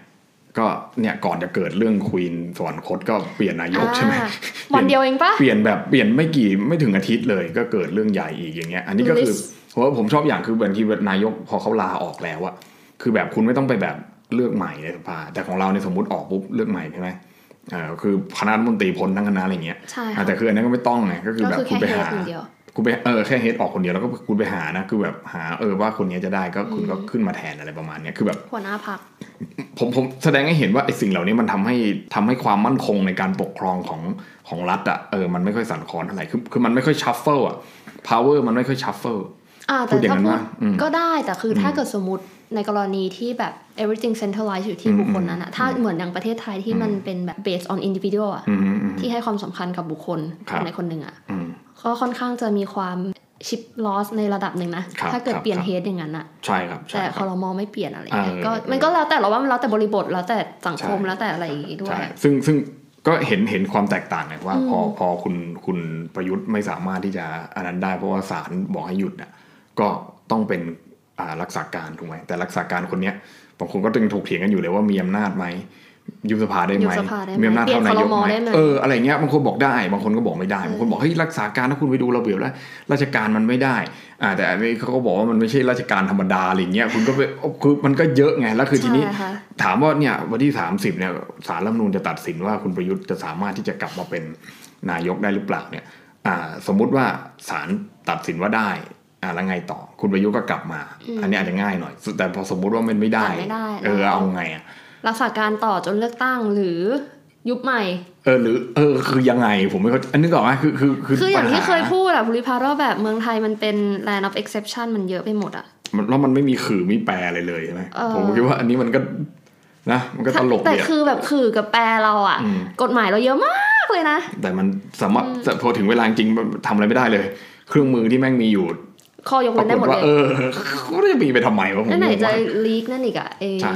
S1: ก็เนี่ยก่อนจะเกิดเรื่องควีนสวรรคตก็เปลี่ยนนายกใช่ไหม
S2: อ่าวันเดียวเองปะ
S1: เปลี่ยนแบบเปลี่ยนไม่กี่ไม่ถึงอาทิตย์เลยก็เกิดเรื่องใหญ่อีกอย่างเงี้ยอันนี้ก็คือ
S2: List
S1: เพราะว่าผมชอบอย่างคือบางทีนายกพอเขาลาออกแล้วอะคือแบบคุณไม่ต้องไปแบบเลือกใหม่ในสภาแต่ของเราเนี่ยสมมติออกปุ๊บเลือกใหม่ใช่ไหม อ่าคือคณะรัฐมนตรีพ้นทั้งคณะอะไรเงี้ย
S2: ใช่
S1: อ่า
S2: ค่ะ
S1: แต่คืออันนั้นก็ไม่ต้องไงก็คือ
S2: ก็
S1: แบบ
S2: คือ
S1: คุณ
S2: แค่
S1: ไป
S2: เฮด
S1: หา
S2: อย่างเดียว
S1: คุณไปเออแค่เฮดออกคนเดียวแล้วก็คุณไปหานะคือแบบหาเออว่าคนเนี้ยจะได้ก็คุณก็ขึ้นมาแทนอะไรประมาณเนี้ยคือแบบ
S2: หัวหน้าพัก
S1: ผมผมแสดงให้เห็นว่าไอ้สิ่งเหล่านี้มันทำให้ทำให้ความมั่นคงในการปกครองของของรัฐอะเออมันไม่ค่อยสั่นคลอนเท่าไหร่คือคือมันไม่ค่อยชัฟเฟิลอะ power มันไม่ค่อยชัฟเฟิล
S2: อ่า
S1: พู
S2: แต่
S1: ดอย่าง
S2: ถ้า
S1: นั้น
S2: พูด
S1: ว่าอืม
S2: ก็ได้แต่คืออถ้าเกิดสมมติในกรณีที่แบบ everything centralized อยู่ที่บุคคลนั้นอะถ้าเหมือนอย่างประเทศไทยที่มันเป็นแบบ based on individual อะ
S1: อืมอืมอืม
S2: ที่ให้ความสำคัญกับบุคคล
S1: ครั
S2: ค
S1: บ
S2: นใดคนหนึ่งอะ
S1: อืม
S2: ก็ค่อนข้างจะมีความชิปลอสในระดับหนึ่งนะ
S1: ครับ
S2: ถ้าเกิด
S1: ครับ
S2: เปลี่ยน
S1: ครับ
S2: เฮดอย่างนั้นอะ
S1: ใช่ครับใช่
S2: แต่
S1: ค
S2: ครับ อรมอไม่เปลี่ยนอะไรเงี้ย
S1: เออ
S2: ก็มันก็แล้วแต่เราว่ามันแล้วแต่บริบทแล้วแต่สังคม
S1: ใช่
S2: แล้วแต่อะไรอย่างงี้ด้วย
S1: ใช่ซึ่งซึ่งก็เห็นเห็นความแตกต่างไงว่าพอ
S2: อืม
S1: พอคุณคุณประยุทธ์ไม่สามารถที่จะอันนั้นได้เพราะว่าศาลบอกให้หยุดอะก็ต้องเป็นอ่ารักษาการถูกไหมแต่รักษาการคนเนี้ยบางคนก็ตึงถกเถียงกันอยู่เลยว่ามีอำนาจไหมยุบสภาได้
S2: ยุ
S1: ไหม
S2: บสภาได้ไหม
S1: มีอำนาจเท่านายก
S2: เปลี่ยนครม
S1: ไหม
S2: ได้ไหม
S1: เอออะไรเงี้ยบางคนบอกได้บางคนก็บอกไม่ได้บางคนบอกเฮ้ยรักษาการถ้าคุณไปดูระเบียบแล้ว ราชการมันไม่ได้อ่าแต่อันนี้เขาก็บอกว่ามันไม่ใช่ราชการธรรมดาอะไรเงี้ยคุณก็ไปคือมันก็เยอะไงแล้วคือทีนี้
S2: ใช่ค่ะ
S1: ถามว่าเนี่ยวันที่ 30เนี่ยสารรัฐธรรมนูญจะตัดสินว่าคุณประยุทธ์จะสามารถที่จะกลับมาเป็นนายกได้หรือเปล่าเนี่ยอ่าสมมุติว่าสารตัดสินว่าได้อ่าแล้วไงต่อคุณประยุทธ์ก็กลับมา
S2: อืม
S1: อันนี้อาจจะง่ายหน่อย แต่พอสมมุติว่ามันไม่ได้
S2: ไม่ได้
S1: เออเอาไงอ่ะ
S2: รักษาการต่อจนเลือกตั้งหรือยุบใหม่
S1: เออหรือเออคือยังไงผมไม่เข้าอันนี้ก่อนว่าคือคือ
S2: คืออย่างที่
S1: ปัญห
S2: เคยพูดอะภูริพัฒน์ว่าแบบเมืองไทยมันเป็น land of exception มันเยอะไปหมดอะ
S1: มันแล้วมันไม่มีขื่อมีแปรอะไรเลยใช่ไหม
S2: เออ
S1: ผมคิดว่าอันนี้มันก็นะมันก็ตลก
S2: แต่
S1: เนี่ย
S2: คือแบบคือกับแปรเราอะ
S1: อืม
S2: กฎหมายเราเยอะมากเลยนะ
S1: แต่มันสามารถแต่พอถึงเวลาจริงมันทำอะไรไม่ได้เลย เครื่องมือที่แม่งมีอยู่
S2: ข้อยก
S1: ปราน ก
S2: เว้ได้
S1: ฏ
S2: หมด
S1: ว่า
S2: เลย
S1: เออเขาจะมีไปทำไมวะผม
S2: นั่นไหน
S1: งง
S2: จะ
S1: มาก
S2: ลีกนั่นอีกอะเอ
S1: ใช่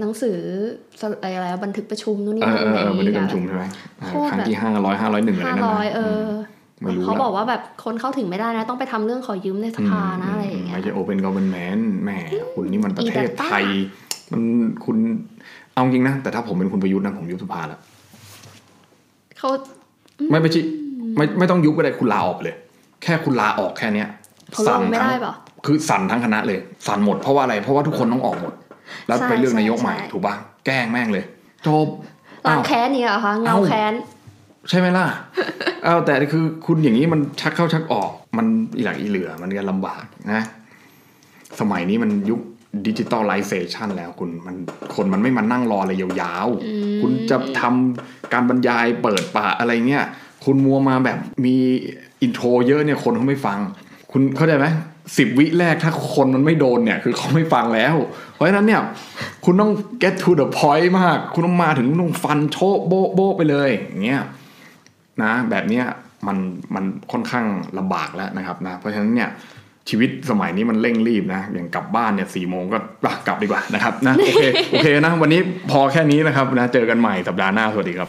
S2: หนังสือสะอะไรอะบันทึกประชุมนู่นนี่
S1: เออ
S2: นั่
S1: เออ
S2: นอะไร
S1: เออมัน
S2: อี
S1: ได้
S2: ก
S1: การ
S2: อะ
S1: ประชุมใช่ไหมอ่า
S2: โคตร
S1: ครั้ง
S2: แบบ
S1: ที่ห้าร้อยห้าร้อยหนึ่งอะไร
S2: ห้า
S1: นั่นนะ
S2: ร้อยเออ
S1: ม ไม่รู้ละ
S2: เขาบอกว่าแบบคนเข้าถึงไม่ได้นะ ต้องไปทำเรื่องขอยืมในสภานะอะไรอย่างเงี้ย
S1: ไม่ใช่ Open Government แหมคุณนี่มันประเทศ
S2: อีดัตต้า
S1: ไทย มันคุณเอาจริงนะ แต่ถ้าผมเป็นคุณประยุทธ์นะ ผมยุบสภาแล้ว
S2: เขา
S1: ไม่ไม่ใช่ไม่ไม่ต้องยุบก็ได้คุณลาออกเลย แค่คุณลาออกแค่เนี้ย
S2: เขาลงไม่
S1: ทั้
S2: ได้
S1: ง
S2: เปล่า
S1: คือสั่นทั้งคณะเลย สั่นหมดเพราะว่าอะไร เพราะว่าทุกคนต้องออกหมด แล้ว
S2: ใช่
S1: ไปเลือก
S2: ใช่
S1: นายกใหม่
S2: ใช่
S1: ถูกป่ะแกล้งแม่งเลยจบ
S2: ล้าง
S1: ว
S2: แค้นนี่เหรอคะเงา
S1: เอ้า
S2: แค้น
S1: ใช่ไหมล่ะ เอาแต่คือคุณอย่างนี้มันชักเข้าชักออก มันอีหลักอีเหลือมันก็ลำบากนะ สมัยนี้มันยุคดิจิตอลไลเซชันแล้วคุณมันคนมันไม่มานั่งรออะไรยาว
S2: อืม
S1: ๆ คุณจะทำการบรรยายเปิดปะอะไรเนี่ย คุณมัวมาแบบมีอินโทรเยอะเนี่ยคนเขาไม่ฟัง คุณเข้าใจไหมสิบวิแรกถ้าคนมันไม่โดนเนี่ย คือเขาไม่ฟังแล้ว เพราะฉะนั้นเนี่ย คุณต้อง get to the point มาก คุณต้องมาถึงคุณต้องฟันโชะโบะโบะไปเลยอย่างเงี้ย นะแบบเนี้ยมันมันค่อนข้างลำบากแล้วนะครับนะเพราะฉะนั้นเนี่ยชีวิตสมัยนี้มันเร่งรีบนะอย่างกลับบ้านเนี่ยสี่โมงก็อ่ะกลับดีกว่านะครับนะโอเคโอเคนะวันนี้พอแค่นี้นะครับนะเจอกันใหม่สัปดาห์หน้าสวัสดีครับ